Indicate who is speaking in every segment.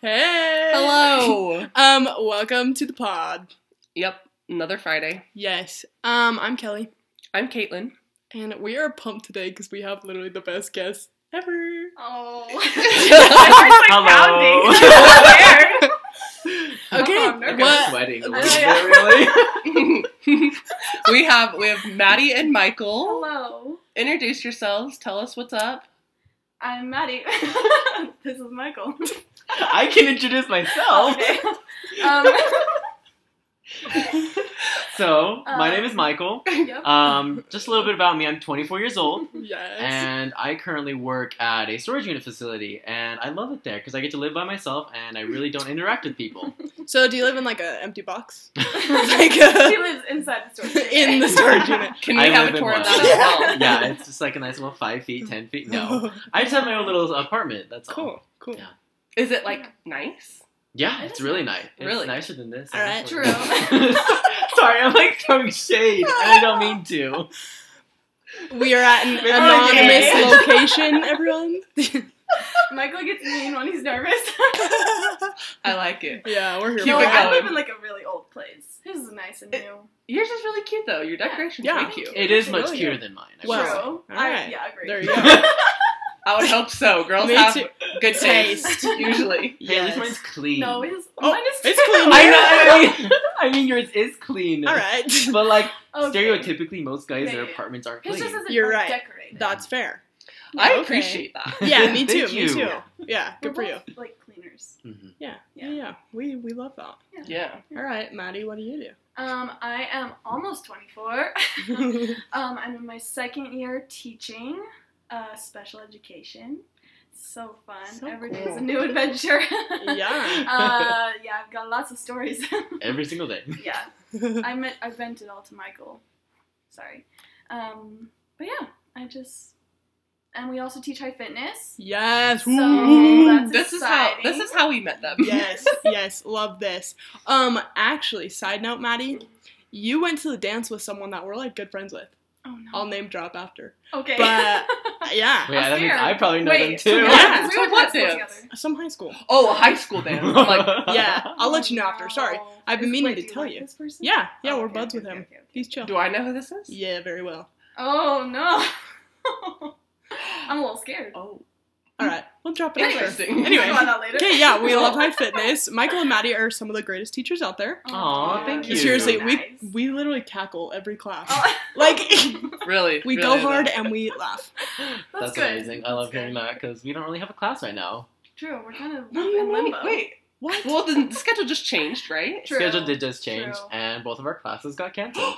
Speaker 1: Hey.
Speaker 2: Hello.
Speaker 1: Um, welcome to the pod.
Speaker 2: yep, another Friday.
Speaker 1: Yes. Um, I'm Kelly,
Speaker 2: I'm Caitlin.
Speaker 1: and we are pumped today because we have literally the best guest ever.
Speaker 3: Oh.
Speaker 2: Oh,
Speaker 3: I was like
Speaker 1: Okay.
Speaker 3: I'm nervous.
Speaker 1: what?
Speaker 4: sweating a
Speaker 3: little
Speaker 4: little
Speaker 3: bit,
Speaker 4: bit, really.
Speaker 2: we have we have Maddie and Michael.
Speaker 3: Hello.
Speaker 2: Introduce yourselves. Tell us what's up.
Speaker 3: I'm Maddie. this is Michael.
Speaker 4: I can introduce
Speaker 1: Oh.
Speaker 4: myself.
Speaker 3: Okay. Um,
Speaker 4: So, my
Speaker 3: Um,
Speaker 4: name is Michael.
Speaker 3: yep.
Speaker 1: Uh,
Speaker 4: Um, just a little bit about me. I'm 24 years old,
Speaker 1: Yes.
Speaker 4: and I currently work at a storage unit facility, and I love it there because I get to live by myself, and I really don't interact with people.
Speaker 1: so, do you live in like an empty box? like a,
Speaker 3: she lives inside the store.
Speaker 1: in the storage unit.
Speaker 2: Can we
Speaker 4: I
Speaker 2: have
Speaker 4: live
Speaker 2: a
Speaker 4: in
Speaker 2: tour of
Speaker 4: one.
Speaker 2: that as well?
Speaker 4: yeah, it's just like a nice little five feet, ten feet. No, I just have my own little apartment. That's all.
Speaker 1: Cool. Cool.
Speaker 4: Yeah.
Speaker 2: Is it like nice?
Speaker 4: Yeah, it's really nice. It's
Speaker 2: Really?
Speaker 4: nicer than this.
Speaker 1: All right.
Speaker 4: honestly.
Speaker 3: True.
Speaker 4: Sorry, I'm like throwing shade. and I don't mean to.
Speaker 1: We are at an
Speaker 4: Okay.
Speaker 1: anonymous location, everyone.
Speaker 3: Michael gets mean when he's nervous.
Speaker 2: I like it.
Speaker 1: yeah, we're here.
Speaker 2: Keep
Speaker 3: no,
Speaker 1: for
Speaker 2: it
Speaker 1: that.
Speaker 3: I
Speaker 2: going.
Speaker 3: live in like a really old place. His is nice and new.
Speaker 2: Yours is really cute though. Your decoration's
Speaker 1: Yeah.
Speaker 2: really cute.
Speaker 4: It is much
Speaker 1: Really?
Speaker 4: cuter than mine. I
Speaker 1: Wow.
Speaker 4: should say.
Speaker 3: True.
Speaker 1: All
Speaker 3: I,
Speaker 1: right.
Speaker 3: Yeah, agree.
Speaker 1: There you go.
Speaker 4: yeah,
Speaker 2: I would hope so. Girls
Speaker 1: Me
Speaker 2: have
Speaker 1: too.
Speaker 2: good
Speaker 1: Taste.
Speaker 2: taste usually.
Speaker 4: at least
Speaker 1: Yes.
Speaker 4: mine's clean.
Speaker 3: No, his
Speaker 1: Oh,
Speaker 3: mine is
Speaker 1: it's clean.
Speaker 4: I know. I mean, I mean, yours is clean.
Speaker 1: All right.
Speaker 4: But like
Speaker 3: Okay.
Speaker 4: stereotypically, most guys their
Speaker 3: Maybe.
Speaker 4: apartments aren't
Speaker 3: His
Speaker 4: clean.
Speaker 3: just isn't
Speaker 1: You're
Speaker 3: like,
Speaker 1: right.
Speaker 3: decorated.
Speaker 1: That's fair.
Speaker 2: I
Speaker 1: Okay.
Speaker 2: appreciate that.
Speaker 1: Yeah, me too.
Speaker 4: Thank
Speaker 1: Me
Speaker 4: you.
Speaker 1: too. Yeah, good for
Speaker 3: We're
Speaker 1: you.
Speaker 3: both, Like cleaners.
Speaker 4: Mhm.
Speaker 1: Yeah, yeah,
Speaker 3: Yeah.
Speaker 1: yeah. We we love that.
Speaker 2: Yeah.
Speaker 1: All right, Maddie, what do you
Speaker 3: Um, I am almost 24.
Speaker 1: do?
Speaker 3: Um, I'm in my second year teaching uh, special education. So fun.
Speaker 1: So
Speaker 3: Every day
Speaker 2: cool.
Speaker 3: is a new adventure.
Speaker 1: yeah.
Speaker 3: Uh, yeah, I've got lots of stories.
Speaker 4: Every single day.
Speaker 3: yeah, I met, I vent it all to Michael. Sorry. Um, but yeah, I just, and we also teach high fitness.
Speaker 1: yes.
Speaker 3: So,
Speaker 1: Ooh.
Speaker 3: that's-
Speaker 2: this is how this
Speaker 3: exciting.
Speaker 2: is how we met them.
Speaker 1: yes. Yes. Love this. Um. Actually, side note, Maddie, you went to the dance with someone that we're like good friends with.
Speaker 3: Oh no.
Speaker 1: I'll name drop after.
Speaker 3: okay.
Speaker 1: Um, But yeah,
Speaker 4: Yeah, that means
Speaker 3: scared.
Speaker 4: I probably know
Speaker 3: Wait, so
Speaker 4: them
Speaker 3: we
Speaker 4: too.
Speaker 1: Yeah.
Speaker 3: went- 'cause we
Speaker 2: So
Speaker 3: went to
Speaker 2: what
Speaker 3: high school
Speaker 2: dance?
Speaker 3: together.
Speaker 1: some high school.
Speaker 2: Oh, a high school dance. I'm like
Speaker 1: Yeah, I'll let you know
Speaker 3: Oh,
Speaker 1: after. Sorry.
Speaker 3: no.
Speaker 1: I've been
Speaker 3: Is-
Speaker 1: meaning
Speaker 3: wait,
Speaker 1: to
Speaker 3: do you
Speaker 1: tell
Speaker 3: like
Speaker 1: you.
Speaker 3: This person?
Speaker 1: Yeah. Yeah,
Speaker 3: Oh,
Speaker 1: we're
Speaker 3: okay,
Speaker 1: buds
Speaker 3: okay,
Speaker 1: with
Speaker 3: okay,
Speaker 1: him.
Speaker 3: okay, okay.
Speaker 1: He's chill.
Speaker 2: Do I know who this is?
Speaker 1: Yeah, very well.
Speaker 3: Oh no. I'm a little scared.
Speaker 2: Oh.
Speaker 1: All right, we'll drop it after.
Speaker 2: Interesting.
Speaker 1: Anyway.
Speaker 3: Talk about that later.
Speaker 1: Okay, yeah, we love high fitness. Michael and Maddie are some of the greatest teachers out there.
Speaker 3: Oh,
Speaker 4: Aw, thank you.
Speaker 1: Seriously,
Speaker 4: So
Speaker 1: we we literally cackle every class.
Speaker 3: Oh,
Speaker 1: Like
Speaker 2: Really?
Speaker 1: we
Speaker 2: really
Speaker 1: go
Speaker 2: is
Speaker 1: hard
Speaker 2: that.
Speaker 1: and we laugh.
Speaker 3: that's,
Speaker 4: That's,
Speaker 3: good.
Speaker 4: amazing. I love
Speaker 3: That's
Speaker 4: hearing
Speaker 3: good.
Speaker 4: that because we don't really have a class right now.
Speaker 3: True, we're kind of
Speaker 1: What do you
Speaker 3: in
Speaker 1: mean?
Speaker 3: limbo.
Speaker 2: Wait.
Speaker 1: What?
Speaker 2: Well, the schedule just changed, right?
Speaker 3: True.
Speaker 4: Schedule did just change,
Speaker 3: True.
Speaker 4: and both of our classes got canceled.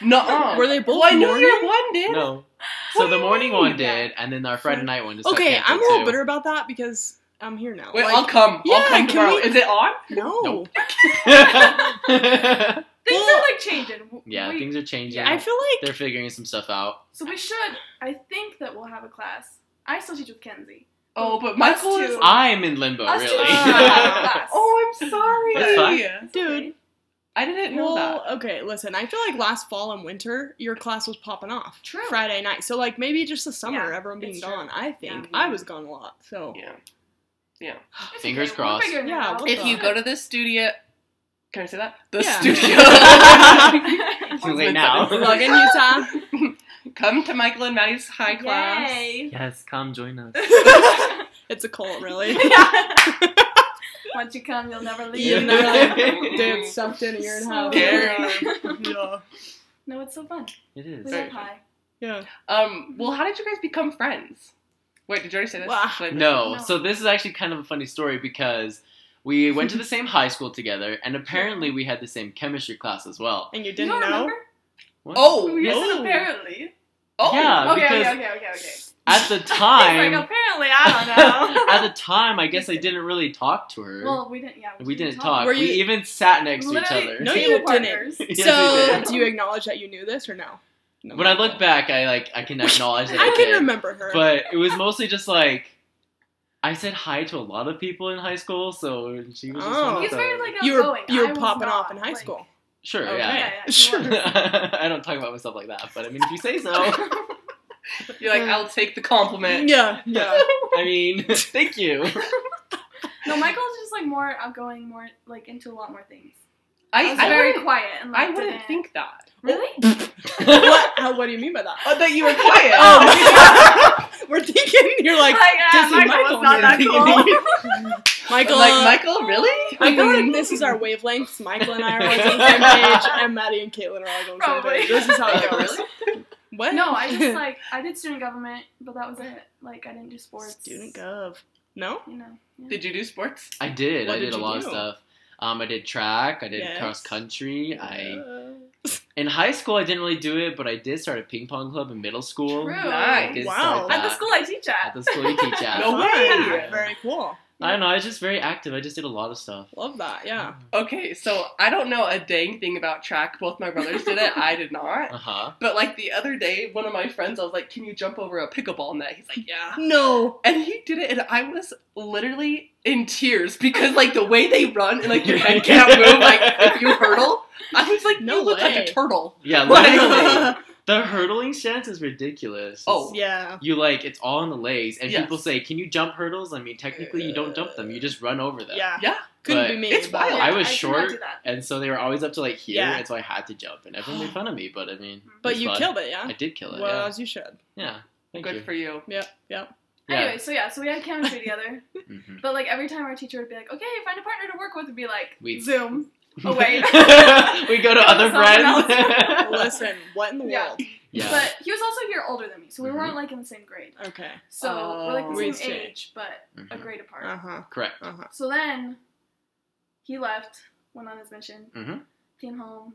Speaker 2: No.
Speaker 1: Were they both
Speaker 2: Well, I knew
Speaker 1: morning?
Speaker 2: your one did.
Speaker 4: no.
Speaker 2: What
Speaker 4: So
Speaker 2: do
Speaker 4: the
Speaker 2: you
Speaker 4: morning one
Speaker 2: mean?
Speaker 4: did, and then our Friday night one just got
Speaker 1: Okay, I'm
Speaker 4: canceled
Speaker 1: a little
Speaker 4: too.
Speaker 1: bitter about that because I'm here now.
Speaker 2: Wait,
Speaker 1: Like,
Speaker 2: I'll come.
Speaker 1: yeah,
Speaker 2: I'll
Speaker 1: can
Speaker 2: come tomorrow.
Speaker 1: we-
Speaker 2: Is it on?
Speaker 1: no.
Speaker 4: Nope.
Speaker 3: Things
Speaker 1: Well-
Speaker 3: are like changing. W-
Speaker 4: yeah,
Speaker 3: we-
Speaker 4: things are changing.
Speaker 1: I feel like
Speaker 4: They're figuring some stuff out.
Speaker 3: so we should. I think that we'll have a class. I still teach with Kenzie.
Speaker 2: Oh, but
Speaker 3: Us
Speaker 2: Michael is.
Speaker 3: two.
Speaker 4: I'm in limbo,
Speaker 3: Us two
Speaker 4: really.
Speaker 3: don't have a class.
Speaker 2: Oh, I'm sorry.
Speaker 4: That's fine.
Speaker 1: dude.
Speaker 2: I didn't know
Speaker 1: Well,
Speaker 2: that.
Speaker 1: okay, listen. I feel like last fall and winter, your class was popping off.
Speaker 3: True.
Speaker 1: Friday night. So like maybe just the summer,
Speaker 3: Yeah,
Speaker 1: everyone being
Speaker 3: it's true.
Speaker 1: gone. I think
Speaker 2: Yeah.
Speaker 1: I was gone a lot. So
Speaker 2: Yeah.
Speaker 3: It's
Speaker 4: Ah, Fingers
Speaker 3: okay,
Speaker 4: crossed.
Speaker 3: We're figuring it
Speaker 1: Yeah,
Speaker 3: out.
Speaker 1: we'll
Speaker 2: If you go to the studio, can I say that? The
Speaker 1: Yeah.
Speaker 2: studio.
Speaker 4: Too late now.
Speaker 1: Plug in Utah.
Speaker 2: come to Michael and Maddie's high class.
Speaker 3: Yay.
Speaker 4: Yes, come join us.
Speaker 1: It's a cult, really.
Speaker 3: Once you come, you'll never leave.
Speaker 1: You know, like, dude, stuffed in a year and a half.
Speaker 2: Damn.
Speaker 1: Yeah.
Speaker 3: No, it's so fun.
Speaker 4: It
Speaker 3: We
Speaker 4: is.
Speaker 2: Very
Speaker 3: love high.
Speaker 1: Yeah.
Speaker 2: Um. Well, how did you guys become friends? Wait, did you already say this?
Speaker 1: Wow.
Speaker 2: Should I-
Speaker 4: No,
Speaker 3: No.
Speaker 4: so this is actually kind of a funny story because we went to the same high school together, and apparently we had the same chemistry class as well.
Speaker 1: And you
Speaker 3: You
Speaker 1: didn't
Speaker 3: don't
Speaker 1: know?
Speaker 3: remember?
Speaker 4: What?
Speaker 2: Oh,
Speaker 3: We
Speaker 1: no.
Speaker 3: said apparently.
Speaker 2: oh.
Speaker 4: Yeah.
Speaker 3: okay,
Speaker 4: because-
Speaker 3: okay, okay, okay, okay.
Speaker 4: at the
Speaker 3: It's
Speaker 4: time,
Speaker 3: like apparently I don't know.
Speaker 4: at the time, I guess I didn't really talk to her.
Speaker 3: well, we didn't. Yeah,
Speaker 4: we didn't talk.
Speaker 1: Were
Speaker 4: We
Speaker 1: you-
Speaker 4: even sat next to each
Speaker 3: Literally-
Speaker 4: other.
Speaker 1: No,
Speaker 3: Table
Speaker 1: you didn't.
Speaker 3: partners.
Speaker 4: Yes, we
Speaker 1: so,
Speaker 4: did.
Speaker 1: do you acknowledge that you knew this or no? No.
Speaker 4: When I look back, I like I can acknowledge that I,
Speaker 1: I
Speaker 4: did,
Speaker 1: can remember her.
Speaker 4: but it was mostly just like I said hi to a lot of people in high school, so she was just
Speaker 1: Oh.
Speaker 4: one of
Speaker 3: He's very
Speaker 4: those.
Speaker 3: like
Speaker 1: you were
Speaker 3: outgoing.
Speaker 1: you
Speaker 3: I
Speaker 1: were
Speaker 3: was
Speaker 1: popping off in
Speaker 3: not,
Speaker 1: high
Speaker 3: like-
Speaker 1: school.
Speaker 4: sure,
Speaker 1: Okay.
Speaker 4: yeah.
Speaker 3: Yeah, yeah,
Speaker 1: Sure.
Speaker 3: you
Speaker 4: I don't talk about myself like that, but I mean, if you say so,
Speaker 3: were.
Speaker 2: You're like, I'll take the compliment.
Speaker 1: Yeah, yeah.
Speaker 4: I mean, thank you.
Speaker 3: no, Michael's just like more outgoing, more like into a lot more things. I
Speaker 2: I,
Speaker 3: was
Speaker 2: I
Speaker 3: very
Speaker 2: wouldn't,
Speaker 3: quiet and like
Speaker 2: I wouldn't
Speaker 3: didn't-
Speaker 2: think that.
Speaker 3: really.
Speaker 1: what? How, what do you mean by that?
Speaker 2: Oh, that you were quiet.
Speaker 1: Oh, we're thinking you're like
Speaker 3: Like, ah,
Speaker 1: Disney Michael
Speaker 3: Michael was not that
Speaker 1: here.
Speaker 3: cool.
Speaker 1: Michael.
Speaker 2: like
Speaker 1: uh,
Speaker 2: Michael, really?
Speaker 1: I feel like this is our wavelengths. Michael and I are always on the same page, and Maddie and Caitlin are all going the same
Speaker 3: Probably.
Speaker 1: page. This is how it
Speaker 2: Oh,
Speaker 1: goes.
Speaker 2: really?
Speaker 1: What?
Speaker 3: no, I just like I did student government, but that was it. Like I didn't do sports.
Speaker 1: student gov. No.
Speaker 3: You know. yeah.
Speaker 2: Did you do sports?
Speaker 4: I did.
Speaker 1: What
Speaker 4: I did,
Speaker 1: did
Speaker 4: a
Speaker 1: you
Speaker 4: lot of
Speaker 1: do?
Speaker 4: stuff. Um, I did track. I did
Speaker 1: Yes.
Speaker 4: cross country. I
Speaker 1: Uh,
Speaker 4: in high school I didn't really do it, but I did start a ping pong club in middle school.
Speaker 3: True.
Speaker 4: I
Speaker 2: Nice.
Speaker 4: did
Speaker 1: Wow.
Speaker 4: start
Speaker 3: At the
Speaker 4: that
Speaker 3: school I teach at.
Speaker 4: at the school you teach at.
Speaker 2: No
Speaker 1: fun.
Speaker 2: way.
Speaker 1: Very cool.
Speaker 4: I don't know. I was just very active. I just did a lot of stuff.
Speaker 1: Love that. Yeah.
Speaker 2: Okay, so I don't know a dang thing about track. Both my brothers did it. I did not.
Speaker 4: Uh
Speaker 1: Uh-huh.
Speaker 4: huh.
Speaker 2: But like the other day, one of my friends, I was like, "Can you jump over a pickleball net?" He's like, "Yeah."
Speaker 1: No.
Speaker 2: And he did it, and I was literally in tears because like the way they run and like your head can't move, like if you hurdle, I was like,
Speaker 1: No
Speaker 2: "You look like
Speaker 1: way.
Speaker 2: a turtle."
Speaker 4: Yeah. Literally,
Speaker 2: Like-
Speaker 4: the hurtling stance is ridiculous. It's-
Speaker 2: Oh.
Speaker 1: yeah.
Speaker 4: You like it's all in the legs, and
Speaker 2: Yes.
Speaker 4: people say, "Can you jump hurdles?" I mean, technically, you don't jump them; you just run over them.
Speaker 1: Yeah.
Speaker 2: Yeah.
Speaker 1: Couldn't
Speaker 4: But
Speaker 1: be me.
Speaker 2: it's
Speaker 1: but-
Speaker 2: wild.
Speaker 4: I was
Speaker 3: could
Speaker 4: short.
Speaker 3: not do that.
Speaker 4: And so they were always up to like here,
Speaker 1: Yeah.
Speaker 4: and so I had to jump, and everyone made fun of me. But I mean, it
Speaker 1: But
Speaker 4: was
Speaker 1: you
Speaker 4: fun.
Speaker 1: killed it, yeah.
Speaker 4: I did kill it.
Speaker 1: well,
Speaker 4: yeah.
Speaker 1: as you should.
Speaker 4: yeah. Thank
Speaker 2: Good
Speaker 4: you.
Speaker 2: for you.
Speaker 1: Yep. Yep.
Speaker 4: Yeah.
Speaker 3: Anyway, so yeah, so we had chemistry together.
Speaker 4: Mhm.
Speaker 3: But like every time our teacher would be like, "Okay, find a partner to work with," would be like,
Speaker 4: We-
Speaker 3: "Zoom." Oh, wait.
Speaker 4: we go to other
Speaker 3: Someone
Speaker 4: friends.
Speaker 1: Listen, what in the
Speaker 3: Yeah.
Speaker 1: world?
Speaker 4: yeah.
Speaker 3: But he was also a year older than me, so we
Speaker 4: Mhm.
Speaker 3: weren't like in the same grade.
Speaker 1: Okay.
Speaker 3: So we're like
Speaker 2: Oh.
Speaker 3: the
Speaker 1: Grade
Speaker 3: same
Speaker 1: stage.
Speaker 3: age, but a
Speaker 4: Mhm.
Speaker 3: grade apart.
Speaker 1: Uh huh.
Speaker 4: Correct.
Speaker 1: Uh huh.
Speaker 3: So then he left, went on his mission,
Speaker 4: Mhm.
Speaker 3: came home,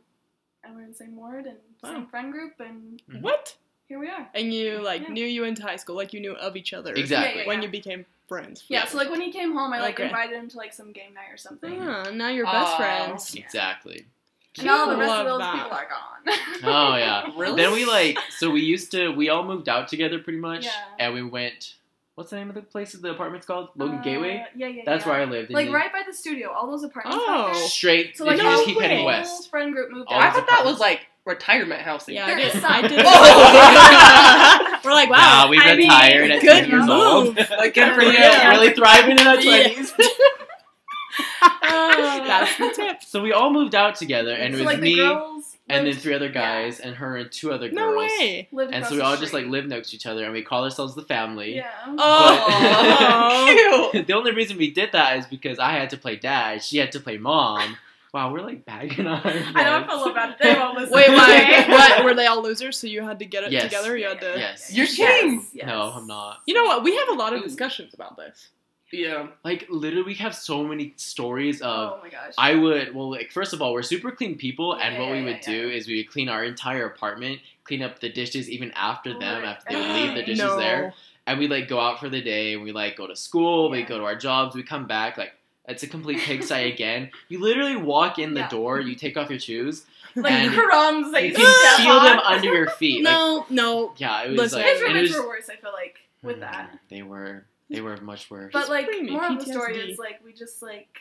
Speaker 3: and we're in the same ward and
Speaker 1: Wow.
Speaker 3: same friend group, and
Speaker 4: Mhm.
Speaker 1: What?
Speaker 3: here we are.
Speaker 1: And you like
Speaker 3: Yeah.
Speaker 1: knew you into high school, like you knew of each other.
Speaker 4: Exactly.
Speaker 3: Yeah,
Speaker 1: When you became friends.
Speaker 3: Yeah, so like when he came home, I like
Speaker 1: Okay.
Speaker 3: invited him to like some game night or something.
Speaker 4: Mm-hmm.
Speaker 1: Ah, now you're best
Speaker 2: Aw.
Speaker 1: friends.
Speaker 3: Yeah.
Speaker 4: Exactly.
Speaker 3: And all the rest
Speaker 1: Love
Speaker 3: of those
Speaker 1: that.
Speaker 3: people are gone. Uh,
Speaker 4: Oh yeah.
Speaker 2: Really?
Speaker 4: Then we like so we used to we all moved out together pretty much,
Speaker 3: Yeah.
Speaker 4: and we went. What's the name of the place that the apartment's called? Logan
Speaker 3: Uh,
Speaker 4: Gateway.
Speaker 3: Yeah, yeah.
Speaker 4: That's
Speaker 3: yeah.
Speaker 4: where I lived. and
Speaker 3: Like
Speaker 4: then
Speaker 3: right by the studio, all those apartments.
Speaker 1: Oh.
Speaker 3: back there.
Speaker 4: Straight.
Speaker 3: So like
Speaker 4: if you
Speaker 1: no
Speaker 4: just keep
Speaker 1: way.
Speaker 4: heading
Speaker 3: whole
Speaker 4: west.
Speaker 3: friend group moved
Speaker 4: All
Speaker 2: I
Speaker 3: out.
Speaker 2: thought that was like retirement housing.
Speaker 1: Yeah,
Speaker 3: There
Speaker 1: I
Speaker 3: is
Speaker 1: did.
Speaker 3: some.
Speaker 1: I did.
Speaker 2: Whoa.
Speaker 1: We're like, wow.
Speaker 4: Wow, we
Speaker 1: I mean,
Speaker 4: retired at
Speaker 1: good
Speaker 4: 10 years old.
Speaker 1: move.
Speaker 2: Like good for you.
Speaker 1: Yeah.
Speaker 4: Really thriving in our
Speaker 1: Yeah. Ah.
Speaker 4: 20s.
Speaker 1: That's the tip.
Speaker 4: So we all moved out together, and it
Speaker 3: so
Speaker 4: was
Speaker 3: like
Speaker 4: me,
Speaker 3: the girls
Speaker 4: and then
Speaker 3: lived,
Speaker 4: three other guys, and her and two other
Speaker 1: No
Speaker 4: girls.
Speaker 1: way.
Speaker 3: lived
Speaker 4: And
Speaker 3: across
Speaker 4: so we
Speaker 3: the
Speaker 4: all just like
Speaker 3: street.
Speaker 4: lived next to each other, and we call ourselves the family.
Speaker 3: Yeah.
Speaker 1: Oh.
Speaker 2: Cute.
Speaker 4: the only reason we did that is because I had to play dad, she had to play mom. Wow, we're like bagging on. Our
Speaker 3: I know I
Speaker 4: friends.
Speaker 3: feel about it. They won't listen.
Speaker 1: Wait, why?
Speaker 4: why-
Speaker 1: what? Were they all losers? So you had to get it
Speaker 4: Yes.
Speaker 1: together. You had to.
Speaker 4: Yes.
Speaker 2: You're kidding.
Speaker 3: Yes, yes.
Speaker 4: No, I'm not.
Speaker 1: You know what? We have a lot of discussions about this.
Speaker 2: Yeah.
Speaker 4: Like literally, we have so many stories of.
Speaker 3: Oh my gosh.
Speaker 4: Uh, I would well, like first of all, we're super clean people, and
Speaker 3: Yeah,
Speaker 4: what we
Speaker 3: yeah,
Speaker 4: would
Speaker 3: yeah,
Speaker 4: do is we would clean our entire apartment, clean up the dishes even after
Speaker 3: Oh
Speaker 4: them,
Speaker 3: my
Speaker 4: after they would leave the dishes
Speaker 1: no.
Speaker 4: there. and we like go out for the day and we like go to school we
Speaker 3: Yeah.
Speaker 4: go to our jobs we come back like it's a complete pigsty again you literally walk in the
Speaker 3: Yeah.
Speaker 4: door you take off your shoes
Speaker 3: like
Speaker 4: and
Speaker 3: crumbs that
Speaker 4: you
Speaker 3: you
Speaker 4: can
Speaker 3: step
Speaker 4: feel
Speaker 3: on.
Speaker 4: them under your feet like,
Speaker 1: No, no.
Speaker 4: yeah it was
Speaker 1: Listen.
Speaker 4: like
Speaker 3: His
Speaker 4: and it
Speaker 3: roommates
Speaker 4: was- Mm-hmm.
Speaker 3: were worse. I feel like with that.
Speaker 4: they were they were much worse
Speaker 3: But like,
Speaker 1: bring me
Speaker 3: more of the story
Speaker 1: PTSD.
Speaker 3: is like we just like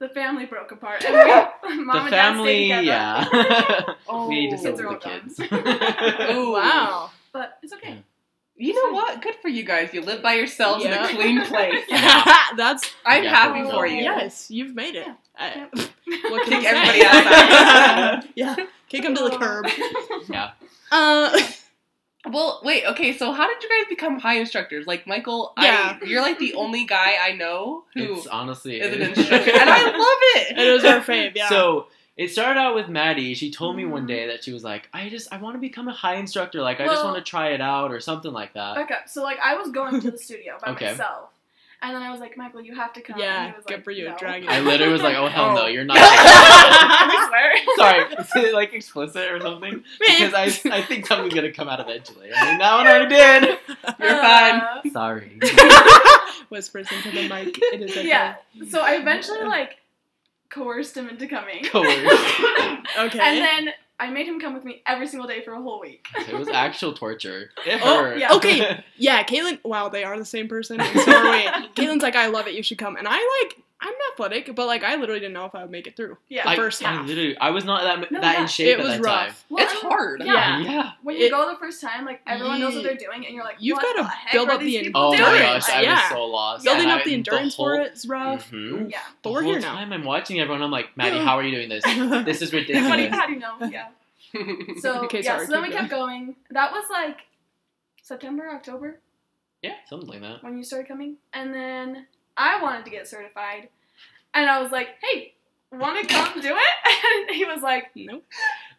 Speaker 3: the family broke apart, and we, mom
Speaker 4: the
Speaker 3: and dad
Speaker 4: family
Speaker 3: stayed together.
Speaker 4: yeah
Speaker 2: Oh.
Speaker 4: we need to
Speaker 3: Kids
Speaker 4: settle the
Speaker 3: are all
Speaker 4: kids
Speaker 2: Ooh.
Speaker 1: Wow.
Speaker 3: But it's okay.
Speaker 2: You know what? Good for you guys. You live by yourselves
Speaker 1: Yeah.
Speaker 2: in a clean place.
Speaker 1: That's
Speaker 2: I'm
Speaker 4: Yeah.
Speaker 2: happy for you.
Speaker 1: yes. You've made it.
Speaker 3: Yeah.
Speaker 1: I- what can you
Speaker 2: Kick
Speaker 1: say?
Speaker 2: everybody else
Speaker 1: yeah. Kick them to the curb.
Speaker 4: yeah
Speaker 1: Uh,
Speaker 2: Well, wait. Okay, so how did you guys become high instructors? Like Michael,
Speaker 1: Yeah.
Speaker 2: I, you're like the only guy I know who
Speaker 4: it's honestly
Speaker 2: is an
Speaker 4: it-
Speaker 2: instructor, and I love it.
Speaker 1: it was our fave. Yeah.
Speaker 4: So it started out with Maddie. She told me one
Speaker 3: Mhm.
Speaker 4: day that she was like, "I just I want to become a high instructor. Like I just
Speaker 3: Well-
Speaker 4: want to try it out or something like that."
Speaker 3: Back up. So like I was going to the studio by
Speaker 4: Okay.
Speaker 3: myself, and then I was like, Michael, you have to come.
Speaker 1: Yeah,
Speaker 3: and he was
Speaker 1: good
Speaker 3: like,
Speaker 1: for you,
Speaker 3: no.
Speaker 1: drag it.
Speaker 4: I literally was like, "Oh hell no,
Speaker 1: Oh.
Speaker 4: you're not."
Speaker 3: I swear.
Speaker 4: Sorry, is it like explicit or something? Because I I think something's gonna come out eventually. I mean, that one I did.
Speaker 2: You're
Speaker 3: Uh,
Speaker 4: Sorry.
Speaker 1: whispers into the mic. It is okay.
Speaker 3: Yeah. So I eventually like coerced him into coming,
Speaker 4: Coerced.
Speaker 1: Okay.
Speaker 3: and then I made him come with me every single day for a whole week.
Speaker 4: It was actual torture. It
Speaker 1: Oh,
Speaker 4: hurt.
Speaker 3: yeah.
Speaker 1: Okay. yeah, Caitlin. Wow, they are the same person. And so are we. Caitlin's like, I love it. You should come. And I like, I'm not athletic, but like I literally didn't know if I would make it through.
Speaker 3: Yeah.
Speaker 4: I,
Speaker 1: first
Speaker 4: I
Speaker 3: half.
Speaker 4: literally, I was not that
Speaker 3: No,
Speaker 4: that
Speaker 3: yeah.
Speaker 4: in
Speaker 1: it
Speaker 4: shape
Speaker 1: was
Speaker 4: at that
Speaker 1: rough.
Speaker 3: Well,
Speaker 2: it's
Speaker 3: I-
Speaker 2: hard.
Speaker 3: Yeah.
Speaker 4: time. Yeah.
Speaker 3: When you
Speaker 1: It-
Speaker 3: go the first time, like everyone knows what
Speaker 1: Ye-
Speaker 3: they're doing, and you're like,
Speaker 1: You've
Speaker 3: got
Speaker 1: gotta
Speaker 3: to
Speaker 1: build up the
Speaker 4: Oh my
Speaker 1: Endurance,
Speaker 4: gosh, I
Speaker 1: yeah.
Speaker 4: was so lost.
Speaker 1: Building
Speaker 4: And
Speaker 1: up
Speaker 4: I-
Speaker 1: the endurance
Speaker 4: whole,
Speaker 1: for it is rough.
Speaker 4: Mhm.
Speaker 3: Yeah.
Speaker 1: But
Speaker 4: The
Speaker 1: we're
Speaker 4: whole
Speaker 1: here now.
Speaker 4: time I'm watching everyone, I'm like, Maddie, how are you doing this? This is ridiculous.
Speaker 3: How do, you, how do you know? Yeah. So
Speaker 1: Okay,
Speaker 3: yeah.
Speaker 1: sorry,
Speaker 3: so then we
Speaker 1: keep
Speaker 3: kept going. That was like September, October
Speaker 4: yeah, something like that.
Speaker 3: when you started coming, and then I wanted to get certified, and I was like, hey, want to come do it? And he was like.
Speaker 1: nope.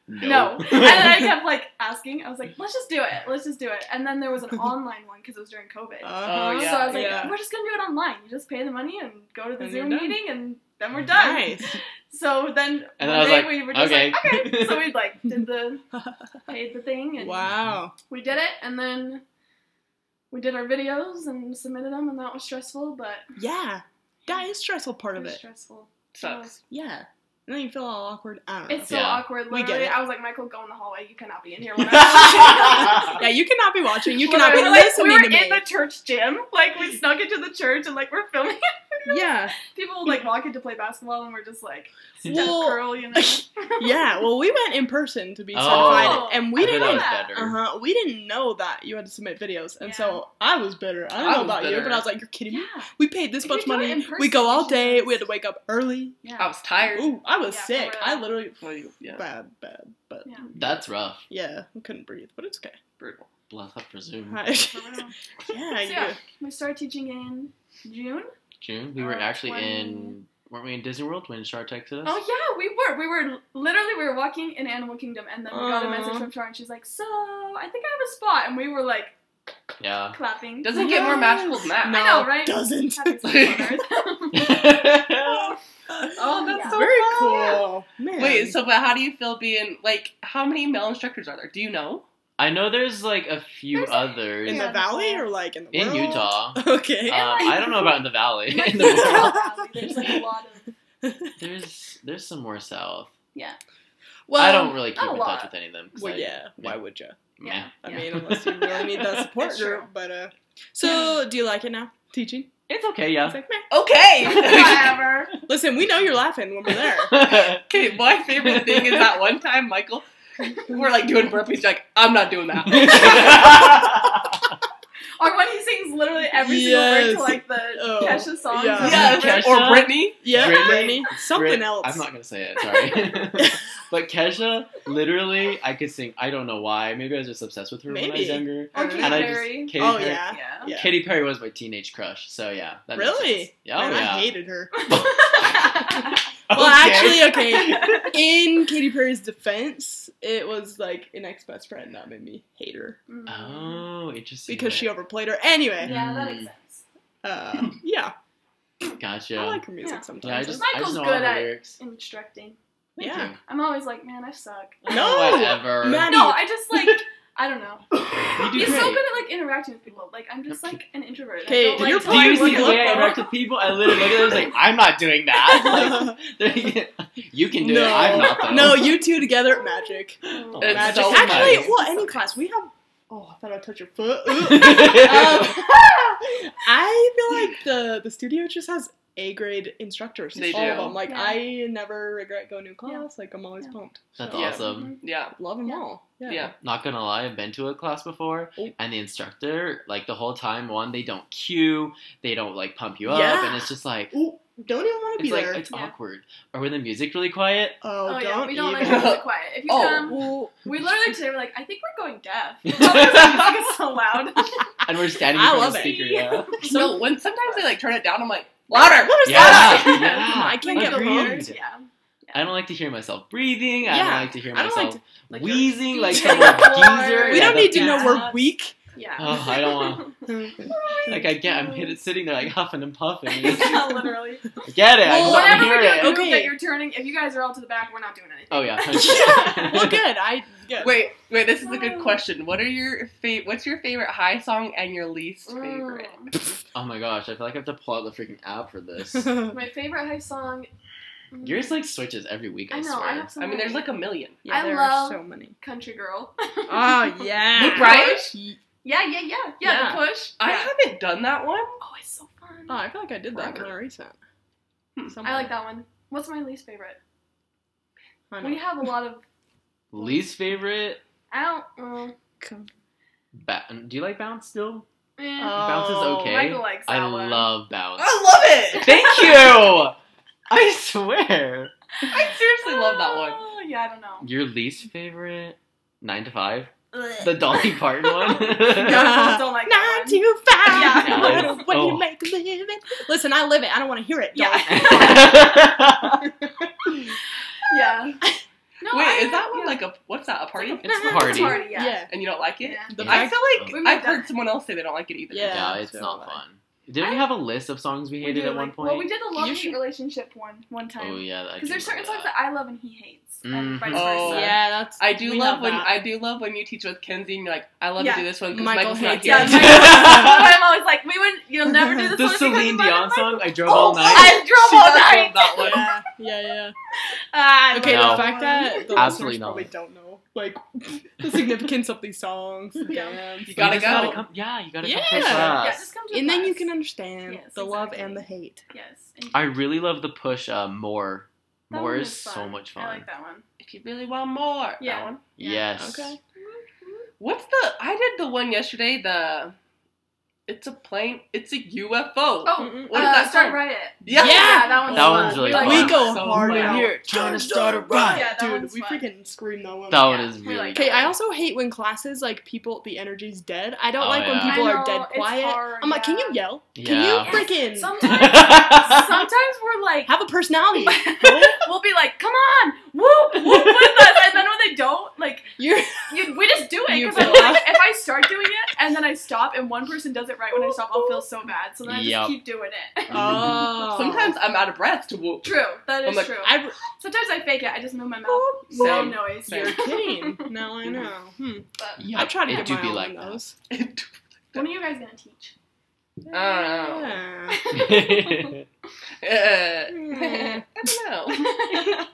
Speaker 3: No. and then I kept like asking. I was like, let's just do it. Let's just do it. And then there was an online one because it was during COVID.
Speaker 1: Uh-huh.
Speaker 3: so I was like,
Speaker 1: Yeah.
Speaker 3: we're just gonna do it online. You just pay the money and go to the
Speaker 1: And
Speaker 3: Zoom
Speaker 1: you're done.
Speaker 3: meeting, and then we're done.
Speaker 1: Nice.
Speaker 3: So then
Speaker 4: And then
Speaker 3: one
Speaker 4: I was
Speaker 3: day
Speaker 4: like,
Speaker 3: we were just
Speaker 4: okay.
Speaker 3: like, okay. So we like did the paid the thing, and
Speaker 1: Wow.
Speaker 3: we did it, and then we did our videos and submitted them, and that was stressful, but
Speaker 1: Yeah. That is stressful part
Speaker 3: it
Speaker 1: of
Speaker 3: was
Speaker 1: it.
Speaker 3: stressful.
Speaker 2: Sucks.
Speaker 1: Yeah. And then you feel all awkward. I don't know.
Speaker 3: It's so
Speaker 4: Yeah.
Speaker 3: awkward.
Speaker 1: We get
Speaker 3: Literally,
Speaker 1: it.
Speaker 3: I was like, Michael, go in the hallway. You cannot be in here. When I'm
Speaker 1: yeah, you cannot be watching. You
Speaker 3: Well,
Speaker 1: cannot be
Speaker 3: we were, like-
Speaker 1: listening
Speaker 3: We were
Speaker 1: to me.
Speaker 3: in the church gym, like we snuck into the church and like we're filming.
Speaker 1: yeah.
Speaker 3: People would like walk in to play basketball, and we're just like step
Speaker 1: Well-
Speaker 3: curl, you know.
Speaker 1: Yeah. Well, we went in person to be
Speaker 4: Oh.
Speaker 1: certified, and we
Speaker 4: I
Speaker 1: didn't
Speaker 4: bet I
Speaker 1: know
Speaker 4: was
Speaker 3: that.
Speaker 4: better.
Speaker 1: Uh huh. We didn't know that you had to submit videos, and
Speaker 3: Yeah.
Speaker 1: so I was bitter. I don't
Speaker 2: I
Speaker 1: know
Speaker 2: was
Speaker 1: about you,
Speaker 2: bitter.
Speaker 1: but I was like, "You're kidding
Speaker 3: Yeah,
Speaker 1: me! We paid this
Speaker 3: If
Speaker 1: much
Speaker 3: you do it in
Speaker 1: money.
Speaker 3: person,
Speaker 1: We go all
Speaker 3: you
Speaker 1: day.
Speaker 3: should
Speaker 1: We had to
Speaker 3: just-
Speaker 1: wake up early.
Speaker 2: I
Speaker 3: yeah.
Speaker 2: was tired.
Speaker 1: Ooh, I was
Speaker 3: Yeah, for
Speaker 1: sick.
Speaker 3: real.
Speaker 1: I literally
Speaker 2: Well, you- yeah,
Speaker 1: bad, bad, but
Speaker 3: Yeah.
Speaker 4: That's rough.
Speaker 1: yeah, I couldn't breathe, but it's okay.
Speaker 2: brutal.
Speaker 4: Bless up for
Speaker 2: Mm-hmm.
Speaker 4: Zoom.
Speaker 1: Hi.
Speaker 3: For real.
Speaker 1: yeah,
Speaker 3: So,
Speaker 1: you.
Speaker 3: yeah. We started teaching in June.
Speaker 4: June, we were
Speaker 3: Uh,
Speaker 4: actually
Speaker 3: when-
Speaker 4: in. Weren't we in Disney World when Shark texted us?
Speaker 3: Oh yeah, we were. We were literally we were walking in Animal Kingdom, and then we got a message
Speaker 1: Aw.
Speaker 3: from Char, and she's like, "So I think I have a spot," and we were like
Speaker 4: yeah.
Speaker 3: clapping.
Speaker 2: Doesn't get more magical than that.
Speaker 1: No,
Speaker 3: I know, right?
Speaker 1: Doesn't.
Speaker 3: Happiest place on earth.
Speaker 2: Oh, that's
Speaker 3: Yeah.
Speaker 2: so
Speaker 1: Very
Speaker 2: fun.
Speaker 1: cool. Man.
Speaker 2: Wait, so but how do you feel being like? How many male instructors are there? Do you know?
Speaker 4: I know there's like a few
Speaker 3: There's-
Speaker 4: others
Speaker 1: in
Speaker 4: in,
Speaker 3: Yeah,
Speaker 1: the valley or like in the world?
Speaker 4: Utah. Uh,
Speaker 1: Okay.
Speaker 4: I don't know about in the valley.
Speaker 3: Like,
Speaker 4: in the world.
Speaker 3: There's like a lot of
Speaker 4: There's there's some more south.
Speaker 1: well,
Speaker 4: I don't really keep
Speaker 3: a
Speaker 4: in
Speaker 3: lot.
Speaker 4: touch with any of them. 'cause
Speaker 1: Well,
Speaker 4: I-
Speaker 1: yeah. Why would you?
Speaker 4: meh.
Speaker 3: Yeah.
Speaker 1: I mean, unless you really need that support
Speaker 3: That's true.
Speaker 1: group. But uh, so do you like it now? Teaching?
Speaker 4: It's okay,
Speaker 1: It's
Speaker 4: yeah.
Speaker 1: like, meh.
Speaker 2: Okay.
Speaker 3: Whatever.
Speaker 1: Listen, we know you're laughing when we're there.
Speaker 2: okay. My favorite thing is that one time, Michael, we're like doing burpees. You're like, I'm not doing that.
Speaker 3: Or when he sings literally every
Speaker 1: Yes.
Speaker 3: single word to like the
Speaker 1: Oh,
Speaker 3: Kesha song.
Speaker 1: yeah.
Speaker 2: yes.
Speaker 4: Kesha?
Speaker 2: Or Brittany.
Speaker 1: yeah,
Speaker 4: Brittany-
Speaker 1: Brittany. Something
Speaker 4: Brit-
Speaker 1: else.
Speaker 4: I'm not gonna say it. Sorry. but Kesha, literally, I could sing. I don't know why. Maybe I was just obsessed with her when I
Speaker 1: Maybe.
Speaker 4: was younger.
Speaker 3: Or
Speaker 2: And
Speaker 3: Katy
Speaker 4: and I
Speaker 3: Perry.
Speaker 4: just Katy
Speaker 1: oh
Speaker 4: Perry.
Speaker 1: yeah.
Speaker 3: yeah.
Speaker 1: Yeah.
Speaker 4: Katy Perry was my teenage crush. So yeah. that makes
Speaker 1: Really?
Speaker 4: sense. Yeah. oh,
Speaker 1: Man,
Speaker 4: yeah.
Speaker 1: I hated her.
Speaker 4: Okay.
Speaker 1: Well, actually, okay. In Katy Perry's defense, it was like an ex best friend that made me hate her
Speaker 3: Mm.
Speaker 4: Oh, interesting.
Speaker 1: because she overplayed her. Anyway,
Speaker 3: Yeah, that makes sense.
Speaker 1: uh, yeah,
Speaker 4: Gotcha.
Speaker 1: I like her music
Speaker 3: Yeah.
Speaker 1: sometimes.
Speaker 4: yeah, I just, I
Speaker 3: Michael's
Speaker 4: just know all
Speaker 3: good
Speaker 4: the
Speaker 3: at-
Speaker 4: lyrics.
Speaker 3: Instructing.
Speaker 4: Thank
Speaker 1: Yeah.
Speaker 4: you.
Speaker 3: I'm always like, man, I suck.
Speaker 1: No.
Speaker 4: Whatever.
Speaker 1: Matt-
Speaker 3: No, I just like I don't know.
Speaker 4: you do
Speaker 3: He's
Speaker 4: great.
Speaker 3: so good at like interacting with people. Like I'm just like an introvert. I
Speaker 1: Okay,
Speaker 3: don't, like,
Speaker 1: you're
Speaker 3: to,
Speaker 4: do you
Speaker 3: like,
Speaker 1: playing
Speaker 4: see
Speaker 1: with
Speaker 4: the
Speaker 1: look
Speaker 4: way I
Speaker 1: for-
Speaker 4: interact with people? I literally look at them I was like, I'm not doing that. Like, you can do
Speaker 1: no,
Speaker 4: it. I'm not though.
Speaker 1: no, you two together, magic,
Speaker 4: Oh,
Speaker 2: It's
Speaker 1: magic.
Speaker 2: so
Speaker 1: Actually,
Speaker 2: nice.
Speaker 1: well, any class we have. Oh, I thought I touched your foot. Ooh.
Speaker 4: nice.
Speaker 1: Um, I feel like the the studio just has A grade instructors.
Speaker 2: They
Speaker 1: all of
Speaker 2: do.
Speaker 1: them. Like
Speaker 3: Yeah.
Speaker 1: I never regret going to class. Like I'm always
Speaker 3: Yeah.
Speaker 1: pumped.
Speaker 4: That's
Speaker 1: So,
Speaker 2: Yeah.
Speaker 4: awesome.
Speaker 2: Yeah.
Speaker 1: Love them
Speaker 3: Yeah.
Speaker 1: all. Yeah.
Speaker 2: Yeah.
Speaker 4: Not gonna lie, I've been to a class before,
Speaker 1: Oh.
Speaker 4: and the instructor, like the whole time, one, they don't cue, they don't like pump you up,
Speaker 1: Yeah.
Speaker 4: and it's just like
Speaker 1: Ooh, don't even want to be
Speaker 4: it's like
Speaker 1: there.
Speaker 4: it's
Speaker 3: Yeah.
Speaker 4: awkward. Or when the music's really quiet.
Speaker 1: oh,
Speaker 3: Oh
Speaker 1: don't
Speaker 3: yeah, we don't like
Speaker 1: even.
Speaker 2: it.
Speaker 3: music quiet. If you
Speaker 2: Oh.
Speaker 3: come,
Speaker 1: Ooh,
Speaker 3: we literally today were like, I think we're going deaf. It's so loud.
Speaker 4: And we're standing in
Speaker 1: I
Speaker 4: front of
Speaker 1: love
Speaker 4: the
Speaker 1: it.
Speaker 4: speaker, yeah.
Speaker 2: no, when sometimes they like turn it down, I'm like louder.
Speaker 1: What is
Speaker 4: Yeah.
Speaker 1: that?
Speaker 4: Yeah.
Speaker 1: I can't
Speaker 4: Like
Speaker 1: get
Speaker 4: the
Speaker 1: louder.
Speaker 4: rude.
Speaker 3: Yeah.
Speaker 4: I don't like to hear myself breathing. I don't
Speaker 1: Yeah.
Speaker 4: like to hear
Speaker 1: I don't
Speaker 4: myself
Speaker 1: like
Speaker 3: Like your
Speaker 4: wheezing like
Speaker 3: feet hitting
Speaker 4: some
Speaker 3: the
Speaker 4: old
Speaker 3: floor.
Speaker 4: geezer.
Speaker 1: We
Speaker 4: Yeah,
Speaker 1: don't
Speaker 4: that-
Speaker 1: need to know
Speaker 3: yeah.
Speaker 1: we're weak.
Speaker 3: Yeah.
Speaker 4: Oh, I don't want. Like I get, I'm hit, sitting there like huffing and puffing.
Speaker 3: yeah, literally.
Speaker 4: Get it?
Speaker 1: Well,
Speaker 4: I just don't
Speaker 3: Whatever we do, in
Speaker 4: hear
Speaker 3: the
Speaker 4: it.
Speaker 1: do-
Speaker 3: group
Speaker 1: Okay.
Speaker 3: that you're turning. If you guys are all to the back, we're not doing anything.
Speaker 4: Oh yeah.
Speaker 1: Well, good. I yeah.
Speaker 2: Wait, wait. This is a good question. What are your fa- What's your favorite high song and your least favorite?
Speaker 3: Mm.
Speaker 4: Oh my gosh, I feel like I have to pull out the freaking app for this.
Speaker 1: oh.
Speaker 3: My favorite high song. mm,
Speaker 4: Yours like switches every week. I,
Speaker 3: I know.
Speaker 4: swear.
Speaker 3: I have some.
Speaker 2: I mean, there's like a million.
Speaker 1: Yeah,
Speaker 3: I
Speaker 1: there
Speaker 3: love-
Speaker 1: are so many.
Speaker 3: country girl.
Speaker 1: Oh yeah.
Speaker 2: Luke Bryan?
Speaker 1: Ye-
Speaker 3: Yeah, yeah, yeah, yeah. The push.
Speaker 2: I
Speaker 3: Yeah.
Speaker 2: haven't done that one.
Speaker 3: Oh, it's so fun.
Speaker 1: Oh, I feel like I did that
Speaker 2: Forever.
Speaker 1: kind of recent.
Speaker 3: I like that one. What's my least favorite?
Speaker 1: I
Speaker 3: We
Speaker 1: know.
Speaker 3: have a lot of.
Speaker 4: Least favorite.
Speaker 3: I don't. Uh,
Speaker 4: Ba- do you like bounce still?
Speaker 3: eh.
Speaker 1: Uh,
Speaker 4: bounce is
Speaker 1: Oh,
Speaker 4: okay.
Speaker 3: Michael likes that
Speaker 4: I
Speaker 3: one. Oh.
Speaker 4: love bounce.
Speaker 2: I love it.
Speaker 4: Thank you. I swear.
Speaker 2: I seriously love that one.
Speaker 3: Oh, yeah, I don't know.
Speaker 4: Your least favorite? Nine to five. The Dolly Parton one.
Speaker 3: Yeah, I just don't like that
Speaker 1: Nine
Speaker 3: one.
Speaker 1: to five.
Speaker 3: Yeah.
Speaker 1: What a way
Speaker 4: Oh.
Speaker 1: you make a living. Listen, I live it. I don't want to hear it.
Speaker 3: Yeah.
Speaker 1: y'all.
Speaker 3: Yeah. No,
Speaker 2: Wait,
Speaker 3: I-
Speaker 2: is that one
Speaker 3: yeah.
Speaker 2: like a what's that? A party?
Speaker 4: it's the
Speaker 3: It's
Speaker 4: party.
Speaker 3: Hardy, yeah.
Speaker 1: Yeah.
Speaker 2: And you don't like it?
Speaker 3: Yeah.
Speaker 1: The
Speaker 2: I
Speaker 1: fact-
Speaker 2: feel
Speaker 3: We
Speaker 2: like
Speaker 3: moved
Speaker 2: I've heard
Speaker 3: on.
Speaker 2: someone else say they don't like it either.
Speaker 1: Yeah.
Speaker 4: Yeah, it's
Speaker 1: so,
Speaker 4: not
Speaker 1: uh,
Speaker 4: fun. Didn't we have a list of songs we
Speaker 3: We
Speaker 4: hated
Speaker 3: did,
Speaker 4: at one
Speaker 3: like-
Speaker 4: point?
Speaker 3: Well, we did a love
Speaker 1: You
Speaker 3: hate
Speaker 1: should-
Speaker 3: relationship one one time.
Speaker 4: Oh yeah,
Speaker 3: Because there's certain songs
Speaker 4: that.
Speaker 3: that I love and he hates, and vice
Speaker 4: Mhm.
Speaker 3: versa.
Speaker 2: Oh.
Speaker 3: yeah.
Speaker 1: Yeah, that's.
Speaker 2: I do
Speaker 1: we
Speaker 2: love
Speaker 1: know
Speaker 2: when
Speaker 1: that.
Speaker 2: I do love when you teach with Kenzie and you're like, I love
Speaker 3: Yeah.
Speaker 2: to do this one because
Speaker 1: Michael
Speaker 2: Michael's not
Speaker 1: hates
Speaker 2: here.
Speaker 1: it.
Speaker 3: my- but I'm always like, we wouldn't. You'll never do this.
Speaker 4: the
Speaker 3: one because
Speaker 4: Celine
Speaker 3: of mine."
Speaker 4: Dion song, I drove
Speaker 2: oh,
Speaker 4: all
Speaker 2: I
Speaker 4: night.
Speaker 2: drove all night.
Speaker 1: Yeah, yeah, yeah.
Speaker 3: Ah, I
Speaker 1: Okay,
Speaker 3: love
Speaker 4: No.
Speaker 1: the fact that the listeners
Speaker 4: Absolutely not.
Speaker 1: probably don't know like the significance of these songs. the
Speaker 3: Yeah.
Speaker 1: dance,
Speaker 2: You gotta
Speaker 4: just
Speaker 2: go.
Speaker 4: come, yeah, you gotta
Speaker 1: Yeah.
Speaker 4: come for
Speaker 3: that.
Speaker 1: Yeah,
Speaker 3: Yeah,
Speaker 4: class.
Speaker 3: just come to
Speaker 1: and then you
Speaker 3: class.
Speaker 1: can understand
Speaker 3: Yes,
Speaker 1: the love
Speaker 3: exactly.
Speaker 1: and the hate.
Speaker 3: Yes.
Speaker 4: I really love the push. Uh, more,
Speaker 3: That
Speaker 4: more
Speaker 3: one
Speaker 4: is
Speaker 3: was
Speaker 4: so much fun.
Speaker 3: I like that one.
Speaker 2: If you really want more,
Speaker 3: Yeah.
Speaker 2: that one.
Speaker 3: Yeah.
Speaker 4: Yes.
Speaker 1: Okay.
Speaker 2: What's the? I did the one yesterday. The it's a plane. It's a UFO.
Speaker 3: Oh,
Speaker 1: Mm-mm.
Speaker 2: What
Speaker 3: uh,
Speaker 2: is that
Speaker 3: Start
Speaker 2: song?
Speaker 3: Riot.
Speaker 2: Yeah.
Speaker 3: Yeah, that one's
Speaker 4: That
Speaker 3: fun.
Speaker 4: one's really
Speaker 3: Like,
Speaker 4: fun.
Speaker 1: we go
Speaker 2: So
Speaker 1: hard
Speaker 2: loud.
Speaker 1: out here,
Speaker 4: Trying to start a riot.
Speaker 3: Yeah, that
Speaker 1: dude.
Speaker 3: one's
Speaker 1: We
Speaker 3: fun.
Speaker 1: freaking scream that one.
Speaker 4: That one
Speaker 3: Yeah,
Speaker 4: is
Speaker 3: we
Speaker 4: really
Speaker 3: like
Speaker 1: Okay,
Speaker 4: good.
Speaker 1: I also hate when classes like people the energy's dead. I don't
Speaker 4: Oh,
Speaker 1: like when
Speaker 4: yeah.
Speaker 1: people
Speaker 3: I
Speaker 1: are
Speaker 3: know,
Speaker 1: dead
Speaker 3: it's
Speaker 1: quiet.
Speaker 3: hard,
Speaker 1: I'm like, can you
Speaker 3: yeah.
Speaker 1: yell?
Speaker 4: Yeah.
Speaker 1: Can you freaking
Speaker 3: Sometimes, sometimes we're like,
Speaker 1: have a personality?
Speaker 3: we'll be like, come on, whoop, whoop with us, and then when they don't, like,
Speaker 1: You're
Speaker 3: you, we just do it.
Speaker 1: You
Speaker 3: Because I'm
Speaker 1: laugh.
Speaker 3: like, if I start doing it and then I stop, and one person does it right when I stop, I'll feel so bad. So then I just
Speaker 4: Yep.
Speaker 3: keep doing it.
Speaker 1: oh.
Speaker 2: Sometimes I'm out of breath to whoop.
Speaker 3: True, that is
Speaker 2: I'm like,
Speaker 3: true.
Speaker 1: I
Speaker 3: Sometimes I fake it. I just move my mouth. No
Speaker 2: Same.
Speaker 3: noise.
Speaker 1: you're kidding. Now I
Speaker 3: Mm-hmm.
Speaker 1: know. Hmm.
Speaker 4: Yeah,
Speaker 1: I try to
Speaker 4: Mm-hmm.
Speaker 1: get
Speaker 4: it do
Speaker 1: my
Speaker 4: be
Speaker 1: own
Speaker 4: like
Speaker 1: on those.
Speaker 3: When are you guys gonna teach?
Speaker 2: I
Speaker 1: Yeah.
Speaker 4: that.
Speaker 2: don't know.
Speaker 1: Mm,
Speaker 2: I don't know.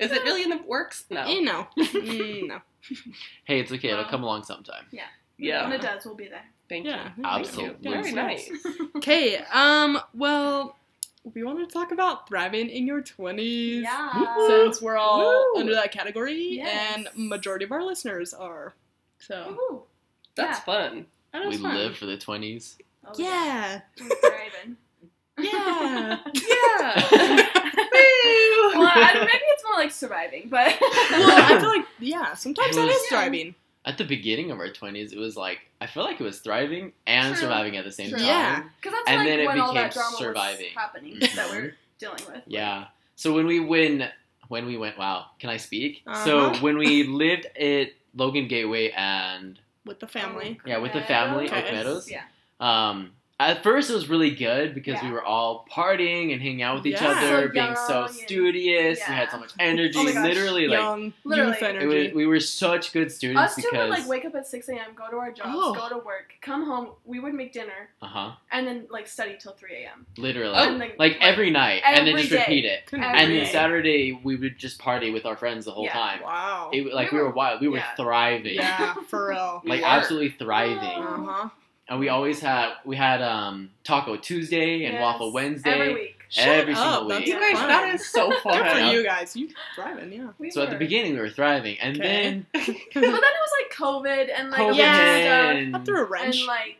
Speaker 2: Is it really in the works? No.
Speaker 1: you know. Mm, no.
Speaker 4: hey, it's okay. It'll
Speaker 3: Well.
Speaker 4: come along sometime.
Speaker 3: When
Speaker 2: yeah.
Speaker 3: it does, we'll be there.
Speaker 2: Thank you.
Speaker 1: Yeah.
Speaker 4: Absolutely.
Speaker 2: Very nice.
Speaker 1: Okay. Um. Well, we want to talk about thriving in your twenties.
Speaker 3: Yeah.
Speaker 1: Since we're all
Speaker 2: Woo.
Speaker 1: under that category,
Speaker 3: Yes.
Speaker 1: and majority of our listeners are, so
Speaker 3: Woohoo.
Speaker 2: That's
Speaker 3: Yeah.
Speaker 2: fun.
Speaker 1: that
Speaker 4: We
Speaker 1: was fun.
Speaker 4: live for the twenties.
Speaker 3: Oh,
Speaker 1: Yeah.
Speaker 3: We're thriving.
Speaker 1: Yeah.
Speaker 2: Yeah.
Speaker 3: Well, I, maybe it's more like surviving, but
Speaker 1: well, I feel like yeah. Sometimes
Speaker 4: It
Speaker 1: that
Speaker 4: was-
Speaker 1: is thriving.
Speaker 4: At the beginning of our twenties, it was like I feel like it was thriving and
Speaker 3: True.
Speaker 4: surviving at the same
Speaker 3: True.
Speaker 4: time.
Speaker 1: Yeah.
Speaker 3: because that's
Speaker 4: And
Speaker 3: like
Speaker 4: then it
Speaker 3: when all that
Speaker 4: became
Speaker 3: drama
Speaker 4: surviving. Mm-hmm.
Speaker 3: was happening that we we're dealing with.
Speaker 4: Yeah. So when we win, when we went, wow, can I speak? So
Speaker 1: Uh-huh.
Speaker 4: when we lived at Logan Gateway and
Speaker 1: with the family.
Speaker 4: yeah, with the family,
Speaker 1: Okay.
Speaker 4: Oak Meadows.
Speaker 3: Yeah.
Speaker 4: Um, at first it was really good because we
Speaker 3: Yeah.
Speaker 4: were all partying and hanging out with each
Speaker 1: Yeah.
Speaker 4: other,
Speaker 3: So
Speaker 4: being so
Speaker 3: young and-
Speaker 4: studious. We had so
Speaker 3: Yeah.
Speaker 4: much energy.
Speaker 3: Oh my gosh.
Speaker 4: Literally, like
Speaker 1: Young
Speaker 3: Literally.
Speaker 1: youth
Speaker 3: It
Speaker 4: it
Speaker 1: energy.
Speaker 4: was, we were such good students
Speaker 3: Us two would
Speaker 4: because
Speaker 3: like wake up at 6 a.m., go to our jobs,
Speaker 1: Oh.
Speaker 3: go to work, come home. We would make dinner
Speaker 4: uh huh,
Speaker 3: and then like study till 3 a.m.
Speaker 4: literally,
Speaker 2: Oh.
Speaker 3: And, like,
Speaker 4: like every night, and then
Speaker 3: every
Speaker 4: just
Speaker 3: day.
Speaker 4: repeat it.
Speaker 1: Couldn't
Speaker 3: And
Speaker 1: believe
Speaker 4: And then
Speaker 1: it.
Speaker 3: Saturday-
Speaker 4: Saturday we would just party with our friends the whole
Speaker 3: Yeah.
Speaker 4: time.
Speaker 1: Wow.
Speaker 4: It, like we
Speaker 3: We
Speaker 4: were,
Speaker 3: were-
Speaker 4: wild. We were
Speaker 3: yeah.
Speaker 4: thriving.
Speaker 1: yeah, for real.
Speaker 2: We
Speaker 4: Like
Speaker 2: were.
Speaker 4: absolutely thriving.
Speaker 3: Yeah.
Speaker 1: Uh huh.
Speaker 4: And we always had we had um Taco Tuesday and
Speaker 3: Yes.
Speaker 4: Waffle Wednesday.
Speaker 3: Every week.
Speaker 4: Every
Speaker 1: Shut
Speaker 4: single
Speaker 1: up,
Speaker 4: week.
Speaker 1: Oh, that's
Speaker 2: You guys,
Speaker 1: fun.
Speaker 2: that is so
Speaker 1: Good for
Speaker 4: Yeah.
Speaker 2: fun.
Speaker 1: you guys. You thriving, yeah.
Speaker 3: We
Speaker 4: So at the
Speaker 3: were.
Speaker 4: beginning we were thriving, and
Speaker 1: Okay.
Speaker 4: then
Speaker 3: But then it was like COVID and like
Speaker 4: COVID
Speaker 1: Yeah.
Speaker 3: yeah. stuff.
Speaker 4: and
Speaker 1: I threw a wrench.
Speaker 3: And like,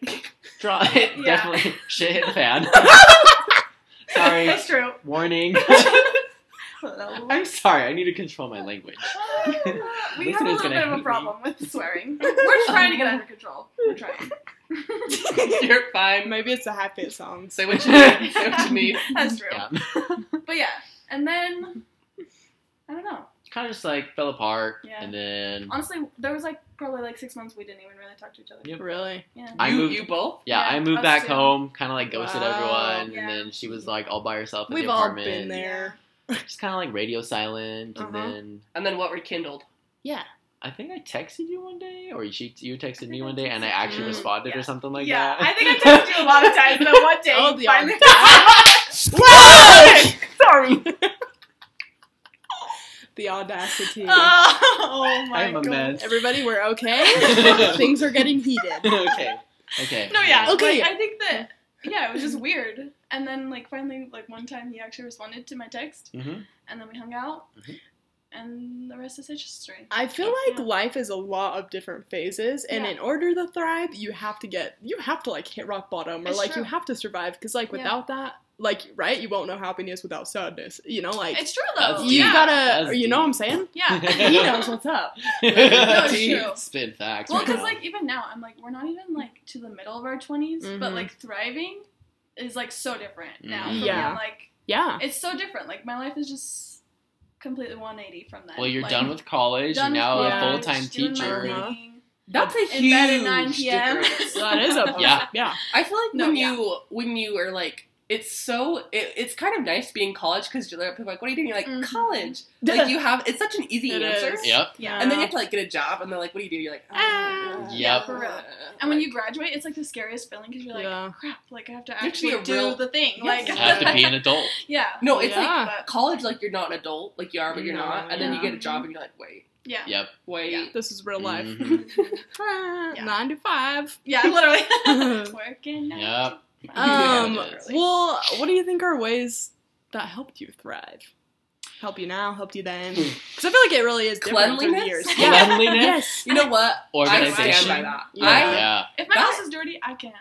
Speaker 4: dra- it
Speaker 3: Yeah.
Speaker 4: definitely shit hit the fan. sorry,
Speaker 3: it's true.
Speaker 4: warning. I'm sorry. I need to control my language.
Speaker 3: we have
Speaker 4: Listeners
Speaker 3: a
Speaker 4: gonna
Speaker 3: little bit of
Speaker 4: hate
Speaker 3: a
Speaker 4: me.
Speaker 3: problem with swearing. We're trying to get under control. We're trying.
Speaker 2: You're fine.
Speaker 1: Maybe it's the happy it sounds.
Speaker 2: Say what you need. Say what you need.
Speaker 3: That's true.
Speaker 4: Yeah,
Speaker 3: But yeah, and then I don't know.
Speaker 4: kind of just like fell apart,
Speaker 3: Yeah.
Speaker 4: and then
Speaker 3: Honestly, there was like probably like six months we didn't even really talk to each other.
Speaker 4: Yep.
Speaker 1: Really?
Speaker 3: Yeah.
Speaker 4: I
Speaker 2: you,
Speaker 4: moved.
Speaker 2: you both?
Speaker 4: yeah,
Speaker 3: Yeah,
Speaker 4: I moved
Speaker 3: us
Speaker 4: back
Speaker 3: too.
Speaker 4: home, kind of like ghosted
Speaker 1: Wow.
Speaker 4: everyone,
Speaker 3: Yeah.
Speaker 4: and then she was like all by herself in
Speaker 1: We've
Speaker 4: the
Speaker 1: all
Speaker 4: apartment.
Speaker 1: been there.
Speaker 4: Just kind of like radio silent, and
Speaker 1: Uh-huh.
Speaker 4: then
Speaker 2: And then what rekindled?
Speaker 1: Yeah.
Speaker 4: I think I texted you one day, or she you texted
Speaker 3: think
Speaker 4: me
Speaker 3: I
Speaker 4: one day, and I
Speaker 3: texted
Speaker 4: actually
Speaker 1: you.
Speaker 4: responded or
Speaker 3: Yeah.
Speaker 4: something like
Speaker 3: yeah, I
Speaker 4: that.
Speaker 3: think I texted you a lot of times, but one day
Speaker 1: Oh,
Speaker 3: oh,
Speaker 1: the
Speaker 3: finally.
Speaker 1: Sorry. the audacity.
Speaker 3: oh my
Speaker 4: I'm a
Speaker 3: god.
Speaker 4: mess.
Speaker 1: Everybody, we're okay. Things are getting heated.
Speaker 4: okay. Okay.
Speaker 3: No, yeah.
Speaker 1: Okay.
Speaker 3: Okay. I think that yeah, it was just weird. And then like finally, like one time he actually responded to my text,
Speaker 4: Mhm.
Speaker 3: and then we hung out,
Speaker 4: Mhm.
Speaker 3: and the rest is history.
Speaker 1: I feel like
Speaker 3: Yeah.
Speaker 1: life is a lot of different phases, and
Speaker 3: Yeah.
Speaker 1: in order to thrive, you have to get you have to like hit rock bottom, or
Speaker 3: It's
Speaker 1: like
Speaker 3: true.
Speaker 1: you have to survive because like
Speaker 3: Yeah.
Speaker 1: without that, like right, you won't know happiness without sadness. You know, like
Speaker 3: It's true though.
Speaker 4: That's
Speaker 1: you
Speaker 3: yeah.
Speaker 1: gotta,
Speaker 4: That's
Speaker 1: you know what I'm saying?
Speaker 3: yeah.
Speaker 1: he knows what's up.
Speaker 3: it's
Speaker 4: Deep
Speaker 3: true.
Speaker 4: Spin facts.
Speaker 3: Well,
Speaker 4: right
Speaker 3: because
Speaker 4: now.
Speaker 3: like even now, I'm like we're not even like to the middle of our 20s, but
Speaker 4: Mm-hmm.
Speaker 1: Mhm.
Speaker 3: like thriving is like so different now.
Speaker 4: Mhm.
Speaker 3: From
Speaker 1: Yeah.
Speaker 3: when, like
Speaker 1: Yeah,
Speaker 3: it's so different. Like my life is just completely 180 from that.
Speaker 4: Well, you're done with college. You're
Speaker 3: done with
Speaker 4: now a
Speaker 1: college,
Speaker 4: full time
Speaker 3: doing my
Speaker 4: teacher.
Speaker 1: Uh-huh.
Speaker 3: thing.
Speaker 2: That's a
Speaker 3: In
Speaker 2: huge
Speaker 3: bed at 9 p.m..
Speaker 2: difference.
Speaker 1: that is a
Speaker 4: Yeah.
Speaker 1: yeah.
Speaker 2: I feel like
Speaker 3: No,
Speaker 2: when
Speaker 3: yeah.
Speaker 2: you when you are like it's so it, it's kind of nice being college because you're like people are like what are you doing you're like
Speaker 3: Mhm.
Speaker 2: college like you have it's such an easy
Speaker 1: It
Speaker 2: answer
Speaker 1: is.
Speaker 4: Yep.
Speaker 3: Yeah.
Speaker 2: and then you have to like get a job and they're like what do you do you're like
Speaker 1: Ah.
Speaker 2: uh,
Speaker 4: Yep.
Speaker 3: For real.
Speaker 2: uh,
Speaker 3: And when
Speaker 2: like,
Speaker 3: you graduate, it's like the scariest feeling because you're like,
Speaker 1: Yeah.
Speaker 3: crap, like I have to
Speaker 2: have to
Speaker 3: actually
Speaker 2: be a
Speaker 3: do
Speaker 2: real-
Speaker 3: the thing.
Speaker 2: Yes.
Speaker 3: Like,
Speaker 4: You have to be an adult.
Speaker 3: yeah,
Speaker 2: no it's
Speaker 1: Yeah.
Speaker 2: like college like you're not an adult like you are but you're
Speaker 1: No,
Speaker 2: not and then you
Speaker 1: yeah.
Speaker 2: get a job and you're like wait
Speaker 3: yeah,
Speaker 4: Yep.
Speaker 2: wait
Speaker 3: Yeah.
Speaker 1: This is real life. Ah,
Speaker 4: Mhm.
Speaker 1: Nine to five.
Speaker 3: yeah, literally working. nine
Speaker 4: Yep.
Speaker 3: to five.
Speaker 1: Um,
Speaker 4: Yeah, it is.
Speaker 1: well, what do you think are ways that helped you thrive? Help you now, helped you then? Because I feel like it really is different through the
Speaker 2: Cleanliness?
Speaker 1: years. Yeah.
Speaker 4: Hmm. Cleanliness.
Speaker 1: yes.
Speaker 2: you know what I stand by
Speaker 4: Organization.
Speaker 2: that
Speaker 1: Yeah.
Speaker 2: I
Speaker 4: Yeah.
Speaker 3: if my
Speaker 2: That-
Speaker 3: house is dirty, I can't,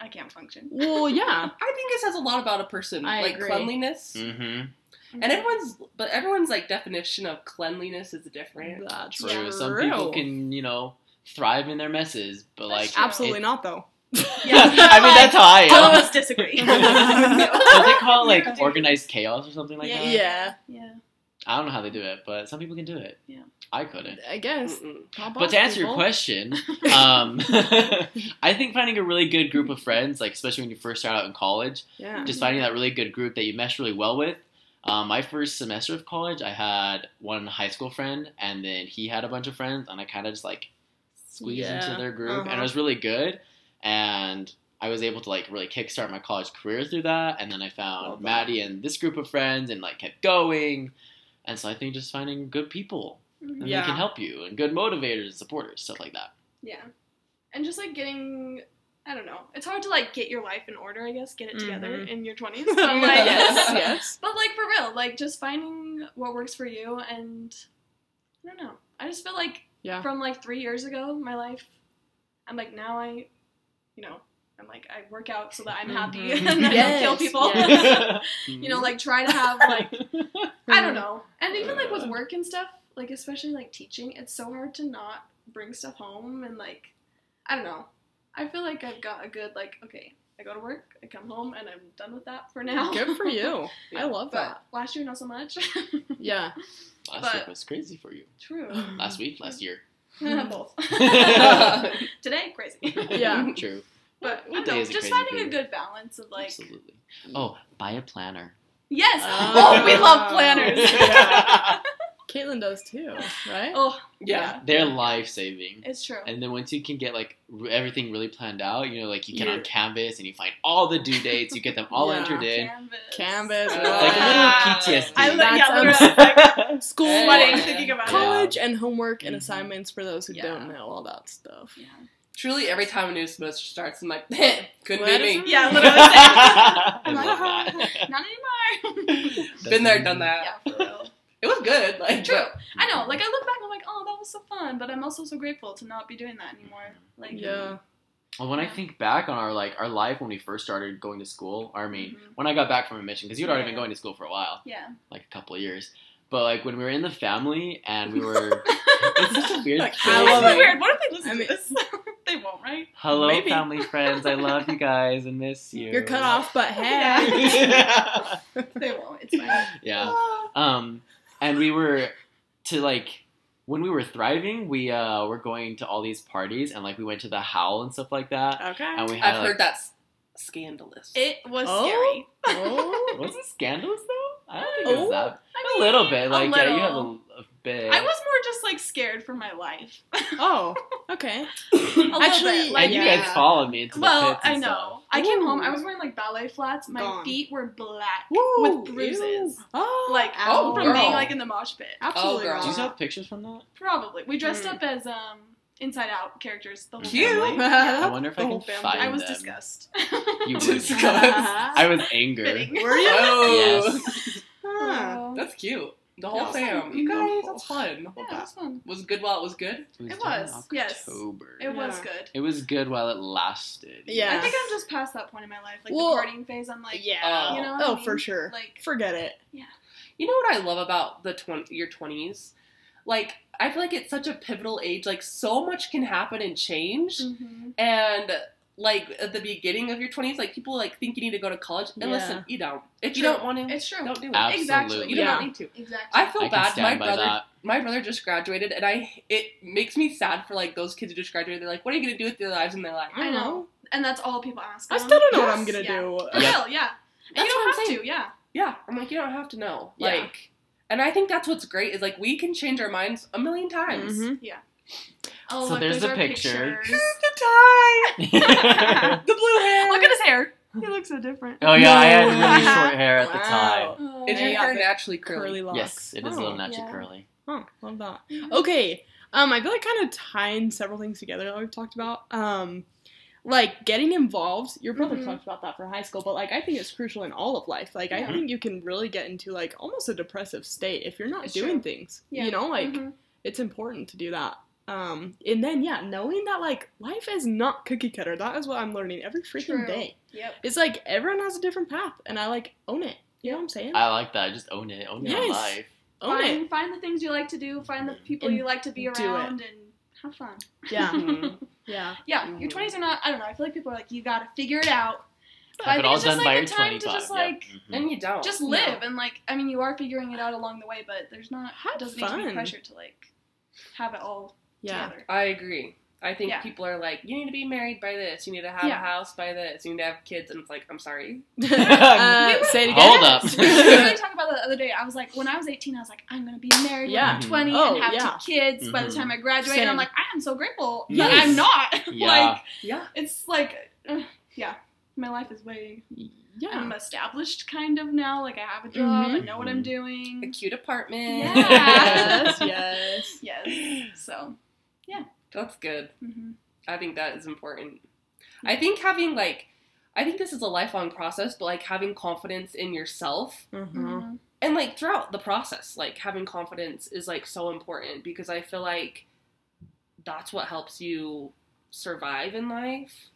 Speaker 3: I can't function.
Speaker 1: Well, yeah.
Speaker 2: I think it says a lot about a person
Speaker 1: I
Speaker 2: like
Speaker 1: agree.
Speaker 2: cleanliness
Speaker 4: Mm-hmm.
Speaker 2: and everyone's but everyone's like definition of cleanliness is different
Speaker 1: That's
Speaker 4: True. Some people can, you know, thrive in their messes, but like,
Speaker 3: That's true.
Speaker 1: Absolutely
Speaker 4: it-
Speaker 1: not, though.
Speaker 3: Yeah.
Speaker 4: I mean, that's how I
Speaker 3: All of
Speaker 4: am.
Speaker 3: us disagree. Oh
Speaker 4: What they call it,
Speaker 3: Yeah.
Speaker 4: like organized chaos or something like
Speaker 3: Yeah,
Speaker 4: that?
Speaker 1: Yeah,
Speaker 3: yeah,
Speaker 4: I don't know how they do it, but some people can do it.
Speaker 3: Yeah.
Speaker 4: I couldn't.
Speaker 1: I guess.
Speaker 2: Mm-mm.
Speaker 1: Top
Speaker 4: Hmm. But
Speaker 1: off,
Speaker 4: to answer your
Speaker 1: people.
Speaker 4: question, um, I think finding a really good group of friends, like especially when you first start out in college,
Speaker 1: yeah.
Speaker 4: just finding that really good group that you mesh really well with. Um, my first semester of college, I had one high school friend, and then he had a bunch of friends, and I kind of just like squeezed
Speaker 1: Yeah.
Speaker 4: into their group, and
Speaker 1: Uh-huh.
Speaker 4: it was really good. And I was able to like really kickstart my college career through that. And then I found
Speaker 1: Love that.
Speaker 4: Maddie and this group of friends, and like kept going. And so I think just finding good people
Speaker 3: Mhm.
Speaker 4: and
Speaker 1: Yeah.
Speaker 4: they can help you, and good motivators and supporters, stuff like that.
Speaker 3: yeah, and just like getting. I don't know. It's hard to like get your life in order, I guess, get it together
Speaker 1: Mhm.
Speaker 3: in your 20s. So, like,
Speaker 1: yes, yes.
Speaker 3: But like for real, like just finding what works for you, and I don't know. I just feel like
Speaker 1: Yeah.
Speaker 3: from like three years ago, my life. I'm like now I, you know, I'm like I work out so that I'm happy
Speaker 1: Mhm.
Speaker 3: and I
Speaker 1: Yes,
Speaker 3: don't kill people.
Speaker 1: yes.
Speaker 3: you know, like try to have like
Speaker 1: Hmm.
Speaker 3: I don't know, and even like with
Speaker 4: Uh.
Speaker 3: work and stuff, like especially like teaching, it's so hard to not bring stuff home and like I don't know. I feel like I've got a good like okay. I go to work, I come home, and I'm done with that for now.
Speaker 1: Good for you. I love
Speaker 3: But last year, not so much.
Speaker 1: that. Yeah.
Speaker 4: last
Speaker 3: but-
Speaker 4: week was crazy for you.
Speaker 3: True.
Speaker 4: Last week, last year.
Speaker 3: Both. Today, crazy.
Speaker 1: Yeah.
Speaker 4: true.
Speaker 3: But
Speaker 4: What
Speaker 3: I don't
Speaker 4: day
Speaker 3: know,
Speaker 4: is a
Speaker 3: just
Speaker 4: crazy
Speaker 3: finding a
Speaker 4: period?
Speaker 3: good balance of like.
Speaker 4: Absolutely. Oh, buy a planner.
Speaker 3: Yes.
Speaker 1: Oh.
Speaker 3: Oh, we love planners.
Speaker 1: Yeah. Caitlin does too, right?
Speaker 3: oh,
Speaker 2: yeah
Speaker 4: They're life saving.
Speaker 3: it's true.
Speaker 4: And then once you can get like r- everything really planned out, you know, like you get on
Speaker 1: Yeah.
Speaker 4: Canvas and you find all the due dates, you get them all
Speaker 1: Yeah.
Speaker 4: entered in.
Speaker 3: Canvas.
Speaker 1: Canvas.
Speaker 2: Like
Speaker 4: Like a
Speaker 1: uh,
Speaker 4: little
Speaker 3: Wow.
Speaker 4: PTSD.
Speaker 3: I
Speaker 1: love-
Speaker 3: yeah,
Speaker 1: That's
Speaker 3: literally, I was like
Speaker 1: school,
Speaker 3: sweating
Speaker 2: Yeah.
Speaker 3: thinking about it.
Speaker 1: college, and homework and
Speaker 4: Mhm.
Speaker 1: assignments for those who
Speaker 3: Mm-hmm. Yeah.
Speaker 1: don't know all that stuff.
Speaker 3: Yeah.
Speaker 2: Truly, every time a new semester starts, I'm like,
Speaker 1: What
Speaker 2: couldn't be
Speaker 1: is
Speaker 2: me.
Speaker 1: it?
Speaker 3: Yeah, literally.
Speaker 4: I love that.
Speaker 3: Not anymore.
Speaker 2: Been there, done that.
Speaker 3: yeah, for real.
Speaker 2: It was good. Like,
Speaker 3: True. I know. Like I look back, I'm like, oh, that was so fun. But I'm also so grateful to not be doing that anymore. Like.
Speaker 1: Yeah.
Speaker 4: Well, when I think back on our like our life when we first started going to school, or I mean,
Speaker 1: Mm-hmm.
Speaker 3: Mhm.
Speaker 4: when I got back from a mission, because you'd already
Speaker 3: Yeah.
Speaker 4: been going to school for a while,
Speaker 3: Yeah.
Speaker 4: like a couple of years. But like when we were in the family and we were, it's such a weird.
Speaker 1: Like,
Speaker 4: feeling.
Speaker 1: I
Speaker 3: This
Speaker 1: love
Speaker 3: is
Speaker 1: it.
Speaker 3: weird. What if they listen
Speaker 1: I mean-
Speaker 3: to this? they won't, right?
Speaker 4: Hello,
Speaker 1: Maybe.
Speaker 4: family friends. I love you guys and miss you.
Speaker 1: You're cut off, but hey.
Speaker 4: yeah.
Speaker 3: They won't. It's fine.
Speaker 4: Um, and we were to like when we were thriving, we uh were going to all these parties and like we went to the howl and stuff like that.
Speaker 1: okay.
Speaker 4: And we had
Speaker 2: I've
Speaker 4: like,
Speaker 2: heard that's scandalous.
Speaker 3: It was
Speaker 1: Oh?
Speaker 3: scary.
Speaker 1: Oh.
Speaker 4: was it scandalous though? I don't think it was
Speaker 1: Oh.
Speaker 4: that.
Speaker 3: I
Speaker 4: A
Speaker 3: mean,
Speaker 4: little bit, like yeah, you have a,
Speaker 3: little.
Speaker 4: a bit.
Speaker 3: I was more just like scared for my life.
Speaker 1: Oh, okay.
Speaker 3: A little
Speaker 1: Actually,
Speaker 3: bit,
Speaker 1: like,
Speaker 4: and you
Speaker 1: yeah.
Speaker 4: guys followed me into the
Speaker 3: well,
Speaker 4: pits and
Speaker 3: I know.
Speaker 4: stuff.
Speaker 3: I came
Speaker 1: Ooh.
Speaker 3: home. I was wearing like ballet flats. My
Speaker 1: Gone.
Speaker 3: feet were black
Speaker 1: Woo,
Speaker 3: with bruises,
Speaker 1: ew. Oh,
Speaker 3: like
Speaker 1: ow.
Speaker 3: from
Speaker 2: girl.
Speaker 3: being like in the mosh pit.
Speaker 1: absolutely
Speaker 2: Oh, girl.
Speaker 1: wrong.
Speaker 4: Do you still have pictures from that?
Speaker 3: Probably. We dressed
Speaker 1: Mm.
Speaker 3: up as um Inside Out characters. The whole
Speaker 2: Cute.
Speaker 3: family.
Speaker 4: I
Speaker 3: Yeah.
Speaker 4: wonder if
Speaker 1: The
Speaker 4: I
Speaker 1: whole
Speaker 4: can
Speaker 1: family.
Speaker 4: find
Speaker 3: I was
Speaker 4: them.
Speaker 3: disgusted.
Speaker 4: You were
Speaker 2: Disgust.
Speaker 3: Uh-huh.
Speaker 4: I was anger.
Speaker 3: Fitting.
Speaker 1: Were you?
Speaker 2: Oh,
Speaker 4: Yes.
Speaker 1: Huh.
Speaker 3: Oh.
Speaker 2: that's cute. The whole
Speaker 3: Yeah.
Speaker 2: fam. You guys, that's fun.
Speaker 3: yeah, it was fun.
Speaker 2: Was good while it was good.
Speaker 4: It
Speaker 3: It
Speaker 4: done in
Speaker 3: was, yes.
Speaker 4: October.
Speaker 3: It was
Speaker 1: Yeah.
Speaker 3: good.
Speaker 4: It was good while it lasted.
Speaker 1: Yeah.
Speaker 3: I think I'm just past that point in my life, like
Speaker 1: Well,
Speaker 3: the partying phase. I'm like,
Speaker 1: yeah.
Speaker 3: you know what I
Speaker 1: oh,
Speaker 3: mean?
Speaker 1: for sure.
Speaker 3: like
Speaker 1: Forget it.
Speaker 2: You know what I love about the twen- your twenties? Like I feel like it's such a pivotal age. Like so much can happen and change.
Speaker 3: mhm.
Speaker 2: And like at the beginning of your twenties, like people like think you need to go to college. And
Speaker 1: Yeah.
Speaker 2: listen, you don't. If you
Speaker 3: True.
Speaker 2: don't want to,
Speaker 3: it's true.
Speaker 2: don't do it.
Speaker 4: Absolutely.
Speaker 3: Exactly.
Speaker 2: you do
Speaker 1: Yeah.
Speaker 2: not need to.
Speaker 3: Exactly.
Speaker 2: I feel
Speaker 4: I can
Speaker 2: bad. My
Speaker 4: stand by
Speaker 2: brother,
Speaker 4: that.
Speaker 2: my brother just graduated, and I it makes me sad for like those kids who just graduated. They're like, what are you gonna do with their lives? And they're like,
Speaker 3: I know. and that's all people ask.
Speaker 1: I
Speaker 3: them.
Speaker 1: still don't know what I'm
Speaker 3: Yes,
Speaker 1: gonna
Speaker 3: yeah.
Speaker 1: do.
Speaker 3: For
Speaker 4: Yep.
Speaker 3: real, yeah. And
Speaker 2: That's
Speaker 3: you don't
Speaker 2: what I'm
Speaker 3: have
Speaker 2: saying.
Speaker 3: to, yeah.
Speaker 2: Yeah, I'm like, you don't have to know.
Speaker 1: Yeah.
Speaker 2: Like, and I think that's what's great is like we can change our minds a million times.
Speaker 1: Mhm.
Speaker 3: Oh,
Speaker 4: So
Speaker 3: look,
Speaker 4: there's
Speaker 3: there's
Speaker 4: the
Speaker 3: our
Speaker 4: picture.
Speaker 3: pictures.
Speaker 2: The
Speaker 4: oh yeah,
Speaker 2: tie, the blue hair.
Speaker 3: look at his hair. He looks so different.
Speaker 4: I had really
Speaker 1: No.
Speaker 4: short hair at the
Speaker 1: Wow.
Speaker 4: time.
Speaker 3: Oh,
Speaker 1: And
Speaker 2: Is your
Speaker 1: you got
Speaker 2: hair
Speaker 1: the
Speaker 2: naturally curly?
Speaker 1: Curly locks.
Speaker 4: Yes, it is a
Speaker 1: Oh.
Speaker 4: little naturally
Speaker 3: Yeah.
Speaker 4: curly.
Speaker 1: Oh, love that. Okay. Um, I feel like kind of tying several things together that we've talked about. Um, like getting involved. Your brother
Speaker 3: Mhm.
Speaker 1: talked about that for high school, but like I think it's crucial in all of life. Like
Speaker 4: Yeah.
Speaker 1: I think you can really get into like almost a depressive state if you're not
Speaker 3: It's
Speaker 1: doing
Speaker 3: true.
Speaker 1: things.
Speaker 3: Yeah.
Speaker 1: You know, like
Speaker 3: Mhm.
Speaker 1: it's important to do that. Um, and then yeah, knowing that like life is not cookie cutter. That is what I'm learning every freaking
Speaker 3: True.
Speaker 1: day.
Speaker 3: Yep.
Speaker 1: It's like everyone has a different path, and I like own it. You know what I'm saying?
Speaker 4: I like that. Just own it. Own your
Speaker 1: Yes.
Speaker 4: life.
Speaker 1: own
Speaker 3: find,
Speaker 1: it.
Speaker 3: find the things you like to do, find the people
Speaker 1: And
Speaker 3: you like to be
Speaker 1: do it.
Speaker 3: around, and have fun.
Speaker 1: Yeah,
Speaker 2: Mhm.
Speaker 1: yeah.
Speaker 3: Yeah, your
Speaker 2: Mhm.
Speaker 3: 20s are not, I don't know, I feel like people are like, you gotta figure it out. But I
Speaker 4: Have it
Speaker 3: think
Speaker 4: all
Speaker 3: it's just
Speaker 4: done by
Speaker 3: like
Speaker 4: your
Speaker 3: a time to
Speaker 4: 25.
Speaker 3: just
Speaker 4: Yep.
Speaker 3: like,
Speaker 4: Mhm.
Speaker 2: and you
Speaker 1: Oh,
Speaker 2: don't.
Speaker 3: just
Speaker 2: No.
Speaker 3: live and like I mean you are figuring it out along the way, but there's not
Speaker 1: Have
Speaker 3: doesn't need to
Speaker 1: fun.
Speaker 3: be pressure to like have it all
Speaker 1: Yeah.
Speaker 3: together.
Speaker 2: I agree. I think
Speaker 3: Yeah.
Speaker 2: people are like, you need to be married by this, you need to have a
Speaker 3: Yeah.
Speaker 2: house by this, you need to have kids, and it's like, I'm sorry.
Speaker 1: Uh,
Speaker 3: We were-
Speaker 1: say it again.
Speaker 4: Hold up.
Speaker 3: we were talking about that the other day. I was like, when I was 18, I was like, I'm gonna be married
Speaker 1: Yeah.
Speaker 3: when I'm 20
Speaker 1: Oh,
Speaker 3: and have
Speaker 1: yeah.
Speaker 3: two kids by the
Speaker 4: Mhm.
Speaker 3: time I graduate. And
Speaker 1: Same.
Speaker 3: I'm like, I am so grateful that
Speaker 4: Yes.
Speaker 3: I'm not.
Speaker 4: Yeah.
Speaker 3: like
Speaker 2: Yeah.
Speaker 3: it's like, uh, yeah, my life is way.
Speaker 1: Yeah.
Speaker 3: I'm established kind of now. Like I have a job. I
Speaker 1: Mhm.
Speaker 3: know what I'm doing.
Speaker 2: A cute apartment.
Speaker 3: Yeah.
Speaker 1: yes, yes.
Speaker 3: Yes. So.
Speaker 2: That's good.
Speaker 3: hmm
Speaker 2: I think that is important. I think having like I think this is a lifelong process, but like having confidence in yourself
Speaker 1: Mhm.
Speaker 3: Mm-hmm.
Speaker 2: and like throughout the process, like having confidence is like so important because I feel like that's what helps you survive in life.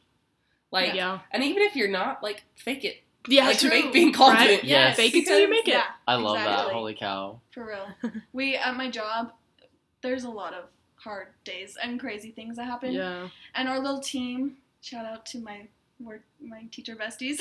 Speaker 2: Like
Speaker 1: yeah.
Speaker 2: and even if you're not, like fake it.
Speaker 1: Yeah,
Speaker 2: like
Speaker 1: true.
Speaker 2: fake being confident.
Speaker 1: Right? Yeah,
Speaker 4: Yes.
Speaker 1: fake it till you
Speaker 3: Because-
Speaker 1: make it.
Speaker 3: yeah.
Speaker 4: I love that.
Speaker 3: Exactly.
Speaker 4: Holy cow.
Speaker 3: For real. We at my job, there's a lot of hard days and crazy things that happen.
Speaker 1: Yeah.
Speaker 3: And our little team, shout out to my work my teacher besties.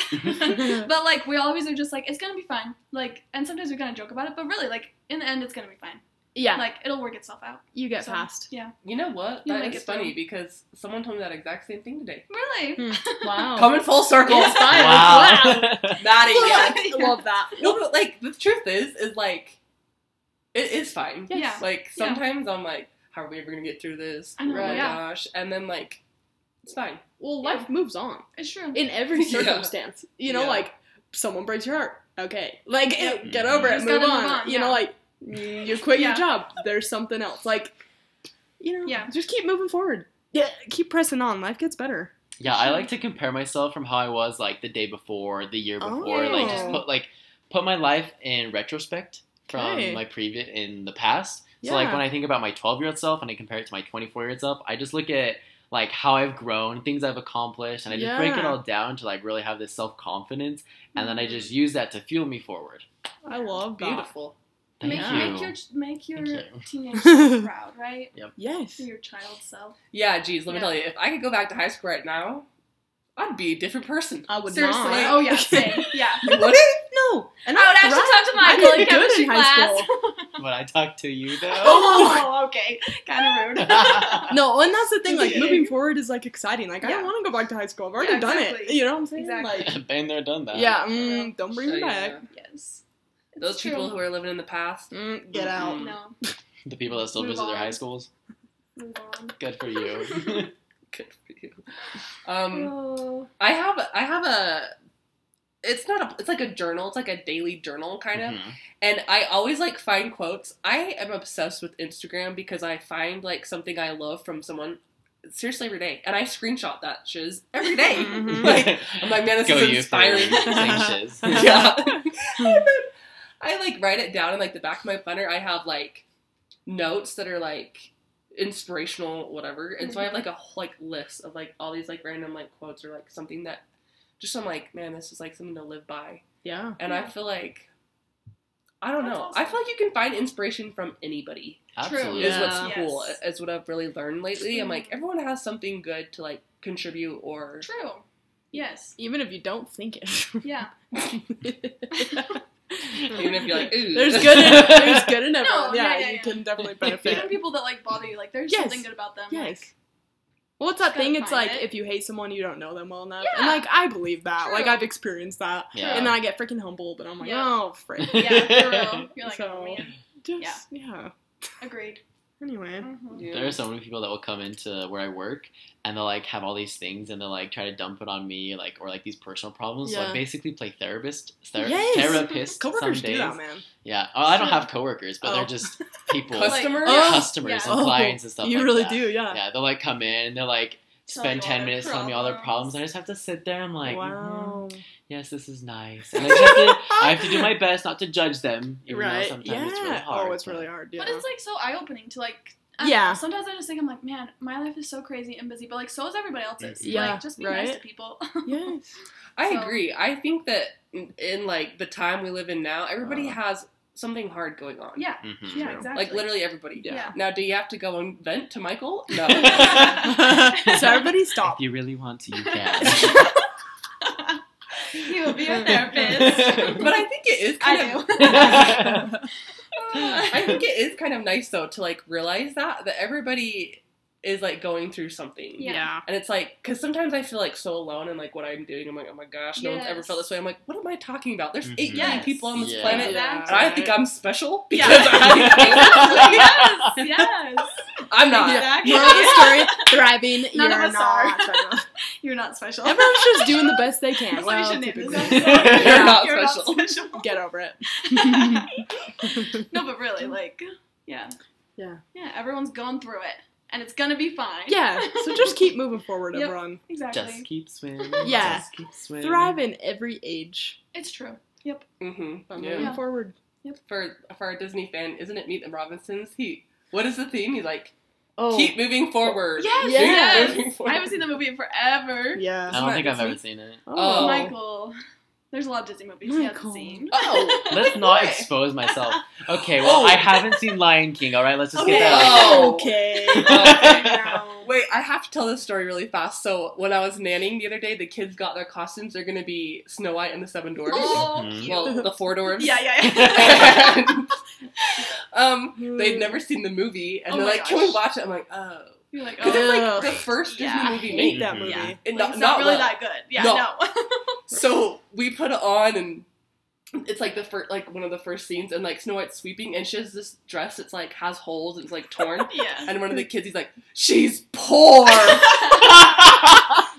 Speaker 3: but like we always are just like, it's gonna be fine. Like and sometimes we kinda joke about it, but really like in the end it's gonna be fine.
Speaker 1: yeah,
Speaker 3: Like it'll work itself out.
Speaker 1: you get
Speaker 3: so-
Speaker 1: past.
Speaker 3: Yeah.
Speaker 2: You know what?
Speaker 3: You'll
Speaker 2: That
Speaker 3: make
Speaker 2: is
Speaker 3: it
Speaker 2: funny
Speaker 3: through.
Speaker 2: because someone told me that exact same thing today.
Speaker 1: Hmm.
Speaker 3: Really? Oh.
Speaker 1: Wow.
Speaker 2: Coming full circle.
Speaker 1: Yes.
Speaker 4: Wow.
Speaker 2: Maddie,
Speaker 1: I
Speaker 2: yeah.
Speaker 1: love that.
Speaker 2: No, but like the truth is, is like it is fine.
Speaker 3: Yes. Yeah.
Speaker 2: Like
Speaker 3: Yeah.
Speaker 2: sometimes I'm like, how are we ever gonna get through this?
Speaker 3: I know,
Speaker 2: oh my
Speaker 1: yeah.
Speaker 2: gosh! And then like it's fine.
Speaker 1: Well,
Speaker 3: Yeah.
Speaker 1: life moves on
Speaker 3: It's true.
Speaker 1: in every
Speaker 2: Yeah.
Speaker 1: circumstance. You know,
Speaker 2: Yeah.
Speaker 1: like someone breaks your heart. Okay, like
Speaker 3: Yep.
Speaker 1: it- get over it,
Speaker 3: Just
Speaker 1: move on.
Speaker 3: gotta move on,
Speaker 1: You
Speaker 3: yeah.
Speaker 1: know, like you quit your
Speaker 3: Yeah.
Speaker 1: job. There's something else. Like you know,
Speaker 3: Yeah.
Speaker 1: just keep moving forward. Yeah, keep pressing on. Life gets better.
Speaker 4: Yeah, I like to compare myself from how I was like the day before, the year before, like just
Speaker 1: Oh.
Speaker 4: put like put my life in retrospect from
Speaker 1: Okay.
Speaker 4: my previous in the past. So like
Speaker 1: Yeah.
Speaker 4: when I think about my 12-year-old self and I compare it to my 24-year-old self, I just look at like how I've grown, things I've accomplished, and I just break it
Speaker 1: Yeah. Mm-hmm.
Speaker 4: all down to like really have this self-confidence and then I just use that to fuel me forward.
Speaker 1: I
Speaker 3: Oh,
Speaker 1: love that.
Speaker 2: Beautiful.
Speaker 4: Thank
Speaker 3: make,
Speaker 1: you.
Speaker 3: make your make your
Speaker 4: Thank you.
Speaker 3: teenage self proud, right?
Speaker 1: Yes.
Speaker 3: Your child self.
Speaker 2: Yeah. Geez, let me
Speaker 3: Yeah.
Speaker 2: tell you, if I could go back to high school right now, I'd be a different person.
Speaker 1: I would
Speaker 3: Seriously.
Speaker 1: not.
Speaker 3: Oh yeah, same. Yeah. Oh,
Speaker 2: You wouldn't?
Speaker 1: No, and
Speaker 3: I would
Speaker 1: thrive.
Speaker 3: actually talk to
Speaker 1: I
Speaker 3: Michael in
Speaker 1: did good
Speaker 3: chemistry
Speaker 1: in high
Speaker 3: class.
Speaker 1: school.
Speaker 4: When I talk to you though.
Speaker 3: Oh, okay. Kind of rude.
Speaker 1: No, and that's the thing. Like
Speaker 3: Yeah.
Speaker 1: moving forward is like exciting. Like I
Speaker 3: Yeah.
Speaker 1: don't want to go back to high school. I've already
Speaker 3: Yeah,
Speaker 1: done it.
Speaker 3: exactly.
Speaker 1: You know what I'm saying?
Speaker 3: Exactly.
Speaker 1: Like,
Speaker 4: Been there, done that.
Speaker 1: yeah, mm, don't bring
Speaker 2: So,
Speaker 1: me
Speaker 2: yeah.
Speaker 1: back.
Speaker 3: yes. It's
Speaker 2: Those
Speaker 3: true.
Speaker 2: people who are living in the past.
Speaker 1: Mm, get out.
Speaker 2: Mm.
Speaker 3: no
Speaker 4: The people that still
Speaker 3: Move
Speaker 4: visit their
Speaker 3: on.
Speaker 4: high schools.
Speaker 3: move on.
Speaker 4: Good for you.
Speaker 2: Good for you. Um,
Speaker 3: Oh,
Speaker 2: I have I have a. It's not a. It's like a journal. It's like a daily journal kind of.
Speaker 4: Mhm.
Speaker 2: And I always like find quotes. I am obsessed with Instagram because I find like something I love from someone seriously every day. And I screenshot that shiz every day.
Speaker 1: Mhm.
Speaker 2: like I'm like, man, this
Speaker 4: Mm-hmm. Go
Speaker 2: is
Speaker 4: you for
Speaker 2: inspiring.
Speaker 4: saying shiz.
Speaker 2: yeah. and then I like write it down in like the back of my planner. I have like notes that are like inspirational, whatever. And so I have like a whole like list of like all these like random like quotes or like something that just I'm like, man, this is like something to live by.
Speaker 1: Yeah.
Speaker 2: And I
Speaker 3: Yeah.
Speaker 2: feel like I don't
Speaker 3: That's
Speaker 2: know.
Speaker 3: awesome.
Speaker 2: I feel like you can find inspiration from anybody
Speaker 4: Absolutely.
Speaker 2: is
Speaker 1: Yeah.
Speaker 2: what's cool.
Speaker 3: Yes.
Speaker 2: Is what I've really learned lately. I'm like
Speaker 3: Mhm.
Speaker 2: everyone has something good to like contribute or
Speaker 3: True. Yes.
Speaker 1: Even if you don't think it.
Speaker 3: Yeah.
Speaker 2: even if you're like ooh
Speaker 1: There's good in, there's good in everyone.
Speaker 3: No,
Speaker 1: yeah,
Speaker 3: yeah, yeah,
Speaker 1: you
Speaker 3: yeah.
Speaker 1: can definitely
Speaker 3: Even
Speaker 1: benefit.
Speaker 3: people that like bother you, like there's
Speaker 1: Yes.
Speaker 3: something good about them. like-
Speaker 1: yes. Well, it's that
Speaker 3: Just gotta
Speaker 1: thing. It's
Speaker 3: find
Speaker 1: like
Speaker 3: it.
Speaker 1: if you hate someone, you don't know them well enough. And
Speaker 3: Yeah.
Speaker 1: like I believe that.
Speaker 3: True.
Speaker 1: Like I've experienced that.
Speaker 4: Yeah.
Speaker 1: And then I get freaking humbled, and I'm like,
Speaker 3: Yeah.
Speaker 1: oh, frick.
Speaker 3: yeah, for real. You're like,
Speaker 1: So-
Speaker 3: oh man.
Speaker 1: Just, yeah.
Speaker 3: Agreed.
Speaker 1: Anyway.
Speaker 3: Mhm.
Speaker 2: Yeah.
Speaker 4: There are so many people that will come into where I work and they'll like have all these things and they'll like try to dump it on me, like or like these personal problems. So
Speaker 1: Yeah.
Speaker 4: I basically play therapist, ther-
Speaker 1: Yes.
Speaker 4: therapist.
Speaker 1: Coworkers
Speaker 4: some days.
Speaker 1: do that, man.
Speaker 4: Yeah. Oh, I don't
Speaker 3: Sure.
Speaker 4: have coworkers, but
Speaker 1: Oh.
Speaker 4: they're just people,
Speaker 3: Customers.
Speaker 2: customer.
Speaker 1: Oh.
Speaker 4: customers
Speaker 3: Yeah.
Speaker 4: and
Speaker 1: Oh,
Speaker 4: clients and stuff.
Speaker 1: You
Speaker 4: like
Speaker 1: really
Speaker 4: that.
Speaker 1: do, yeah.
Speaker 4: Yeah, they'll like come in and they'll like
Speaker 3: Tell
Speaker 4: spend
Speaker 3: you all
Speaker 4: ten
Speaker 3: their
Speaker 4: minutes telling me all their
Speaker 3: problems.
Speaker 4: problems. and I just have to sit there. I'm like, "Mm,
Speaker 1: wow.
Speaker 4: yes, this is nice. And I, just have to, I have to do my best not to judge them, even
Speaker 1: right.
Speaker 4: though sometimes
Speaker 1: yeah.
Speaker 4: it's really hard.
Speaker 1: Oh, it's
Speaker 4: but-
Speaker 1: really hard. Yeah.
Speaker 3: But it's like so eye opening to like. I don't
Speaker 1: Yeah.
Speaker 3: know, sometimes I just think I'm like, man, my life is so crazy and busy, but like so is everybody else's.
Speaker 1: Yeah,
Speaker 3: Like, just be nice to
Speaker 1: right?
Speaker 3: people.
Speaker 1: yes.
Speaker 2: I
Speaker 3: So-
Speaker 2: agree. I think that in, in, like the time we live in now, everybody
Speaker 1: Uh.
Speaker 2: has something hard going on.
Speaker 3: yeah.
Speaker 4: Mhm.
Speaker 3: Yeah.
Speaker 1: True.
Speaker 3: Exactly.
Speaker 2: Like literally everybody.
Speaker 1: Yeah.
Speaker 3: Yeah.
Speaker 2: Now, do you have to go and vent to Michael? No.
Speaker 1: so everybody stop.
Speaker 4: If you really want to, you can.
Speaker 3: you would be a therapist.
Speaker 2: but I think it is kind of
Speaker 3: I do.
Speaker 2: I think it is kind of nice though to like realize that that everybody is like going through something.
Speaker 3: Yeah.
Speaker 2: And it's like, because sometimes I feel like so alone in like what I'm doing. I'm like, oh my gosh, no one's ever
Speaker 3: Yes.
Speaker 2: felt this way. I'm like, what am I talking about? There's
Speaker 4: Mhm.
Speaker 2: eight billion
Speaker 3: Yes.
Speaker 2: people on this
Speaker 4: Yeah.
Speaker 2: planet,
Speaker 3: Exactly.
Speaker 2: and I think I'm special because
Speaker 3: Yeah.
Speaker 2: I,
Speaker 3: yes, yes.
Speaker 2: I'm not.
Speaker 3: Exactly.
Speaker 1: Moral of the story: thriving.
Speaker 3: None
Speaker 1: you're
Speaker 3: of us
Speaker 1: not
Speaker 3: are.
Speaker 1: special.
Speaker 3: You're not special.
Speaker 1: Everyone's just doing the best they can.
Speaker 3: That's what we
Speaker 1: well,
Speaker 3: should name this
Speaker 4: typically.
Speaker 3: episode.
Speaker 4: You're
Speaker 2: not
Speaker 3: You're
Speaker 2: special.
Speaker 3: special.
Speaker 1: Get over it.
Speaker 3: no, but really, like, yeah.
Speaker 1: Yeah.
Speaker 3: Yeah, everyone's going through it, and it's gonna be fine.
Speaker 1: Yeah. So just keep moving forward,
Speaker 3: Yep.
Speaker 1: everyone.
Speaker 3: Exactly.
Speaker 4: Just keep swimming.
Speaker 1: Yeah.
Speaker 4: Just keep swimming.
Speaker 1: Thrive in every age.
Speaker 3: It's true. Yep.
Speaker 1: By
Speaker 2: Mm-hmm. Yeah.
Speaker 1: moving forward.
Speaker 2: For for our Disney fan, isn't it Meet the Robinsons? He what is the theme? He's like,
Speaker 1: Oh.
Speaker 2: keep moving forward.
Speaker 3: Yes,
Speaker 2: Keep
Speaker 1: yes.
Speaker 2: moving
Speaker 3: I
Speaker 2: forward.
Speaker 3: haven't seen the movie in forever.
Speaker 4: I
Speaker 1: yeah.
Speaker 4: don't
Speaker 2: Isn't
Speaker 4: think
Speaker 2: that
Speaker 4: I've ever
Speaker 2: Disney?
Speaker 4: seen it.
Speaker 2: Oh.
Speaker 3: Michael. There's a lot of Disney movies he
Speaker 1: Michael.
Speaker 3: hasn't seen.
Speaker 2: Oh,
Speaker 4: Let's not
Speaker 2: Why?
Speaker 4: expose myself. Okay, well,
Speaker 2: Oh.
Speaker 4: I haven't seen Lion King, alright? Let's just
Speaker 1: Okay.
Speaker 4: get that out.
Speaker 2: Oh.
Speaker 1: Okay.
Speaker 2: Okay.
Speaker 1: Now.
Speaker 2: Wait, I have to tell this story really fast. So when I was nannying the other day, the kids got their costumes. They're gonna be Snow White and the Seven Dwarfs.
Speaker 3: Oh,
Speaker 4: Mhm.
Speaker 3: cute.
Speaker 2: Well, the four dwarfs.
Speaker 3: yeah, yeah, yeah.
Speaker 2: And, um, they'd never seen the movie, and
Speaker 3: Oh
Speaker 2: they're
Speaker 3: my
Speaker 2: like, "Can we
Speaker 3: gosh.
Speaker 2: watch it?" I'm like, "Oh,
Speaker 3: You're like,
Speaker 2: because
Speaker 3: oh,
Speaker 2: it's
Speaker 1: Ugh.
Speaker 2: like the first Disney
Speaker 3: Yeah.
Speaker 2: movie
Speaker 1: I
Speaker 2: made,
Speaker 1: hate that
Speaker 4: Mhm.
Speaker 1: movie.
Speaker 3: Yeah.
Speaker 2: and
Speaker 3: like,
Speaker 2: not,
Speaker 3: it's not, really
Speaker 2: well.
Speaker 3: that good. Yeah,
Speaker 2: No.
Speaker 3: no.
Speaker 2: So we put it on, and it's like the first, like one of the first scenes, and like Snow White's sweeping, and she has this dress that's like has holes and it's like torn.
Speaker 3: yeah.
Speaker 2: and one of the kids, he's like, "She's poor."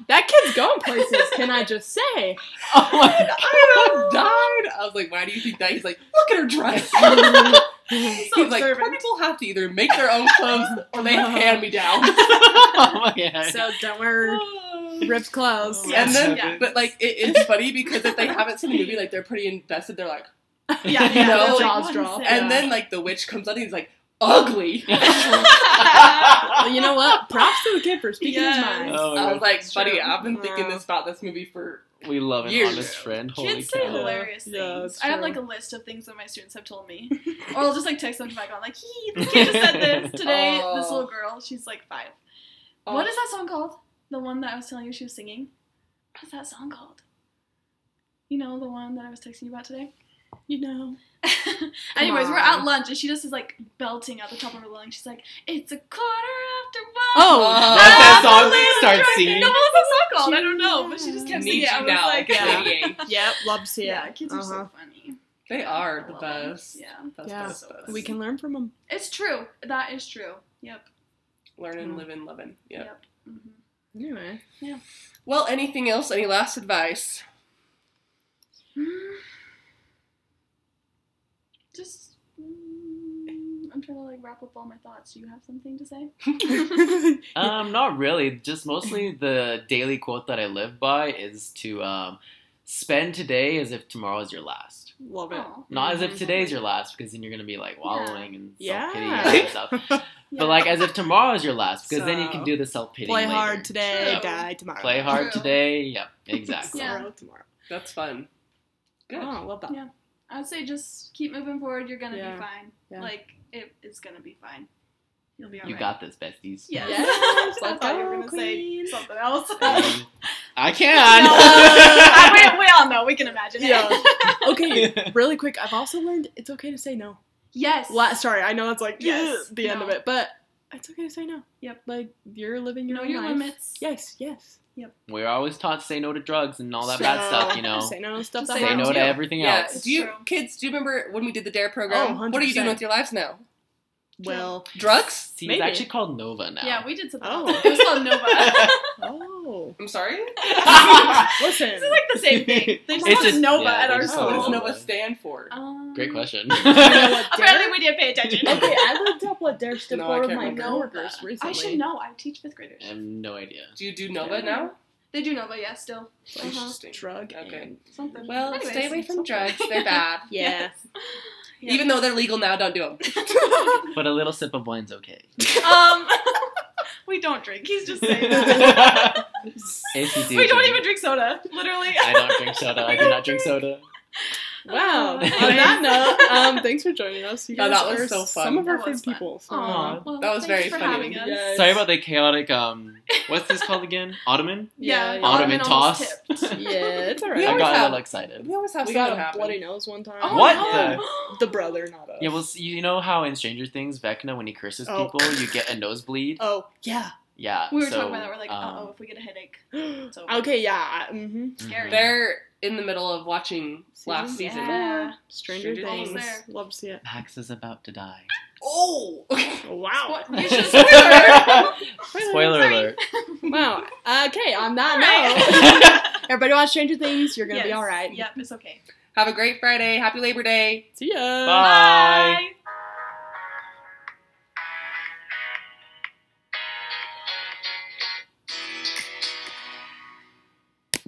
Speaker 1: That kid's going places. Can I just say?
Speaker 4: oh my
Speaker 2: I died. I was like, "Why do you think that?" He's like, "Look at her dress."
Speaker 3: So
Speaker 2: He's like, "Poor
Speaker 3: observant.
Speaker 2: people have to either make their own clothes or they have hand me down."
Speaker 4: oh my god. Oh
Speaker 1: So don't wear ripped clothes.
Speaker 3: Yeah.
Speaker 2: And then,
Speaker 3: Yeah.
Speaker 2: but like, it is funny because if they haven't seen the movie, like, they're pretty invested. They're like,
Speaker 3: yeah,
Speaker 4: You
Speaker 3: yeah.
Speaker 2: know,
Speaker 3: Like,
Speaker 1: jaws
Speaker 3: what is
Speaker 1: drop.
Speaker 3: it?
Speaker 2: and then like the witch comes out and he's like, ugly.
Speaker 3: Oh,
Speaker 1: Well, you know what? Props to the kid for speaking
Speaker 3: Yes.
Speaker 1: his mind.
Speaker 4: Oh,
Speaker 2: I was like,
Speaker 3: It's
Speaker 2: buddy,
Speaker 3: true.
Speaker 2: I've been thinking
Speaker 1: Yeah.
Speaker 2: this about this movie for.
Speaker 4: we love an
Speaker 2: Years
Speaker 4: honest
Speaker 2: ago.
Speaker 4: friend. Holy
Speaker 3: Kids say
Speaker 4: cow.
Speaker 3: hilarious
Speaker 1: Yeah, yeah,
Speaker 3: things.
Speaker 1: it's
Speaker 3: I have
Speaker 1: true.
Speaker 3: like a list of things that my students have told me, or I'll just like text them to my I'm like, "Hee, the kid just said this today."
Speaker 2: Oh.
Speaker 3: This little girl, she's like five.
Speaker 2: Oh,
Speaker 3: What is that song called? The one that I was telling you she was singing. What is that song called? You know the one that I was texting you about today.
Speaker 1: You know.
Speaker 3: Anyways, we're
Speaker 1: on.
Speaker 3: at lunch and she just is like belting at the top of her lungs. She's like, "It's a quarter after one."
Speaker 1: Oh,
Speaker 2: Oh.
Speaker 4: That's that
Speaker 3: I'm
Speaker 4: song
Speaker 3: the
Speaker 4: we
Speaker 3: last
Speaker 4: start
Speaker 3: driving-
Speaker 4: singing.
Speaker 3: No, what was that song called? I don't know, but she just kept
Speaker 2: Need
Speaker 3: singing. it. I
Speaker 2: you
Speaker 3: was
Speaker 2: now,
Speaker 3: like,
Speaker 1: Yeah.
Speaker 2: Katie.
Speaker 1: Yep. Love to see
Speaker 3: yeah,
Speaker 1: it.
Speaker 3: kids are
Speaker 1: Uh-huh.
Speaker 3: so funny.
Speaker 2: They are the
Speaker 3: Love 'em.
Speaker 2: best.
Speaker 3: Yeah,
Speaker 2: Best,
Speaker 1: Yeah.
Speaker 2: best, best.
Speaker 1: We can learn from them.
Speaker 3: it's true. That is true. Yep.
Speaker 2: learn and
Speaker 1: Mm.
Speaker 2: live and loving. Yeah.
Speaker 3: Yep. hmm
Speaker 1: Anyway.
Speaker 2: Well, anything else? Any last advice?
Speaker 3: Just. mm, I'm I'm trying to like wrap up all my thoughts. Do you have something to say?
Speaker 4: Um, not really. Just mostly the daily quote that I live by is to um, spend today as if tomorrow is your last.
Speaker 1: Love it.
Speaker 3: Aw.
Speaker 4: Not as if
Speaker 2: Mhm.
Speaker 4: today's your last, because then you're gonna be like wallowing and self pity
Speaker 1: Mm-hmm. Yeah.
Speaker 4: and stuff.
Speaker 3: Yeah.
Speaker 4: But like as if tomorrow is your last, because then you
Speaker 1: So,
Speaker 4: can do the self pity.
Speaker 1: Play hard today,
Speaker 3: True.
Speaker 1: die tomorrow.
Speaker 4: Play hard
Speaker 3: True.
Speaker 4: today. Yep, exactly.
Speaker 3: Yeah. Oh,
Speaker 1: Sorrow tomorrow.
Speaker 2: That's fun. Good.
Speaker 1: Oh, love that.
Speaker 3: Yeah. I would say just keep moving forward. You're gonna
Speaker 1: Yeah.
Speaker 3: be fine.
Speaker 1: Yeah.
Speaker 3: Like it is gonna be fine. You'll be alright.
Speaker 4: You got this, besties.
Speaker 3: Yes.
Speaker 1: Yes.
Speaker 3: I thought you were gonna
Speaker 1: Queen.
Speaker 3: say something else. uh,
Speaker 4: Um, I
Speaker 3: I-
Speaker 4: can.
Speaker 3: we, we all know. We can imagine. it.
Speaker 1: Yeah. Okay, really quick. I've also learned it's okay to say no.
Speaker 3: Yes.
Speaker 1: La- sorry, I know it's like
Speaker 3: Yes.
Speaker 1: the end of
Speaker 3: No.
Speaker 1: it, but it's okay to say no.
Speaker 3: Yep.
Speaker 1: Like you're living
Speaker 3: You
Speaker 1: your
Speaker 3: know
Speaker 1: own
Speaker 3: your
Speaker 1: life.
Speaker 3: limits.
Speaker 1: Yes, yes.
Speaker 4: We're always taught to say no to drugs and all that bad
Speaker 1: So-
Speaker 4: stuff, you know.
Speaker 1: Say no to stuff
Speaker 3: Just
Speaker 1: that
Speaker 4: Say no
Speaker 1: harms
Speaker 4: to
Speaker 1: you.
Speaker 4: everything
Speaker 2: Yeah.
Speaker 4: else.
Speaker 3: It's
Speaker 2: Do you
Speaker 3: true.
Speaker 2: kids? Do you remember when we did the Dare program?
Speaker 1: Oh,
Speaker 2: what are you doing
Speaker 1: 100%.
Speaker 2: with your lives now?
Speaker 1: Well,
Speaker 2: Drugs?
Speaker 4: See,
Speaker 1: Maybe.
Speaker 4: it's actually called Nova now.
Speaker 3: Yeah, we did something.
Speaker 1: Oh.
Speaker 3: else. It was called Nova.
Speaker 1: oh,
Speaker 2: I'm sorry.
Speaker 1: listen.
Speaker 3: this is like the same thing. They just
Speaker 4: It's
Speaker 3: called it
Speaker 4: just-
Speaker 3: Nova
Speaker 4: yeah,
Speaker 3: at
Speaker 4: they
Speaker 3: our
Speaker 4: just
Speaker 2: Oh,
Speaker 4: call
Speaker 2: what
Speaker 4: it
Speaker 2: does
Speaker 3: school.
Speaker 4: Nova.
Speaker 2: Nova stand for?
Speaker 3: Um,
Speaker 4: Great question.
Speaker 1: You know what
Speaker 3: Apparently,
Speaker 1: Dare-
Speaker 3: we didn't pay attention.
Speaker 1: okay, I looked up what Dare stood
Speaker 2: No, I
Speaker 1: for with
Speaker 2: can't
Speaker 1: my
Speaker 2: remember.
Speaker 1: coworkers recently.
Speaker 3: I should know. I teach fifth graders.
Speaker 4: I have no idea.
Speaker 2: Do you do Nova
Speaker 1: Yeah.
Speaker 2: now?
Speaker 3: They do Nova, yeah, still.
Speaker 1: Uh-huh.
Speaker 2: Interesting.
Speaker 1: Drug.
Speaker 2: Okay.
Speaker 1: and-
Speaker 3: Something.
Speaker 2: Well,
Speaker 3: Anyways.
Speaker 2: stay away from drugs. They're bad.
Speaker 1: Yeah.
Speaker 3: Yeah.
Speaker 2: Even though they're legal now, don't do them.
Speaker 4: But a little sip of wine's okay.
Speaker 3: um, we don't drink. He's just saying that.
Speaker 4: if you do,
Speaker 3: we don't
Speaker 4: drink-
Speaker 3: even drink soda, literally.
Speaker 4: I don't drink soda. I do not drink soda.
Speaker 1: Wow.
Speaker 3: Oh,
Speaker 1: On
Speaker 3: anyways.
Speaker 1: that note, um, thanks for joining us. You
Speaker 2: Yeah,
Speaker 1: guys
Speaker 2: that was
Speaker 1: are
Speaker 2: so fun.
Speaker 1: Some of our
Speaker 3: That was
Speaker 1: favorite
Speaker 3: fun.
Speaker 1: people. So.
Speaker 3: Aw, well,
Speaker 2: That was
Speaker 3: thanks
Speaker 2: very
Speaker 3: for
Speaker 2: funny.
Speaker 3: having us.
Speaker 1: Yes.
Speaker 4: Sorry about the chaotic. Um, what's this called again? Ottoman.
Speaker 3: Yeah,
Speaker 1: Yeah,
Speaker 3: the
Speaker 4: Ottoman toss?
Speaker 3: almost tipped.
Speaker 1: Yeah, it's
Speaker 2: We
Speaker 4: I
Speaker 1: alright.
Speaker 4: got
Speaker 2: always
Speaker 4: a
Speaker 2: have-
Speaker 4: little excited.
Speaker 2: We always have
Speaker 1: we
Speaker 2: something
Speaker 1: got a
Speaker 2: happen.
Speaker 1: bloody nose one time.
Speaker 3: Oh,
Speaker 4: What
Speaker 3: no.
Speaker 1: The brother, not us.
Speaker 4: Yeah, well, s- you know how in Stranger Things, Vecna, when he curses
Speaker 1: Oh.
Speaker 4: people, you get a nosebleed.
Speaker 1: Oh yeah.
Speaker 4: Yeah.
Speaker 3: We were
Speaker 4: so,
Speaker 3: talking about that. We're like,
Speaker 4: um,
Speaker 3: uh oh, if we get a headache, it's over.
Speaker 1: okay. Yeah. Mm-hmm.
Speaker 3: Scary.
Speaker 4: mhm.
Speaker 2: They're in the middle of watching last
Speaker 1: Season
Speaker 2: season.
Speaker 1: four.
Speaker 3: Yeah.
Speaker 1: Stranger,
Speaker 2: Stranger
Speaker 1: Things.
Speaker 3: Things. Almost
Speaker 1: Love to see it.
Speaker 4: Max is about to die.
Speaker 2: Oh,
Speaker 1: Wow.
Speaker 3: Spo- you should spoiler.
Speaker 4: Spoiler
Speaker 3: Sorry.
Speaker 4: alert.
Speaker 1: wow. Okay. On
Speaker 3: All
Speaker 1: that note,
Speaker 3: right.
Speaker 1: everybody watch Stranger Things. You're gonna be
Speaker 3: Yes.
Speaker 1: all right.
Speaker 3: Yep, it's okay.
Speaker 2: have a great Friday. Happy Labor Day.
Speaker 1: See ya.
Speaker 4: Bye.
Speaker 3: Bye.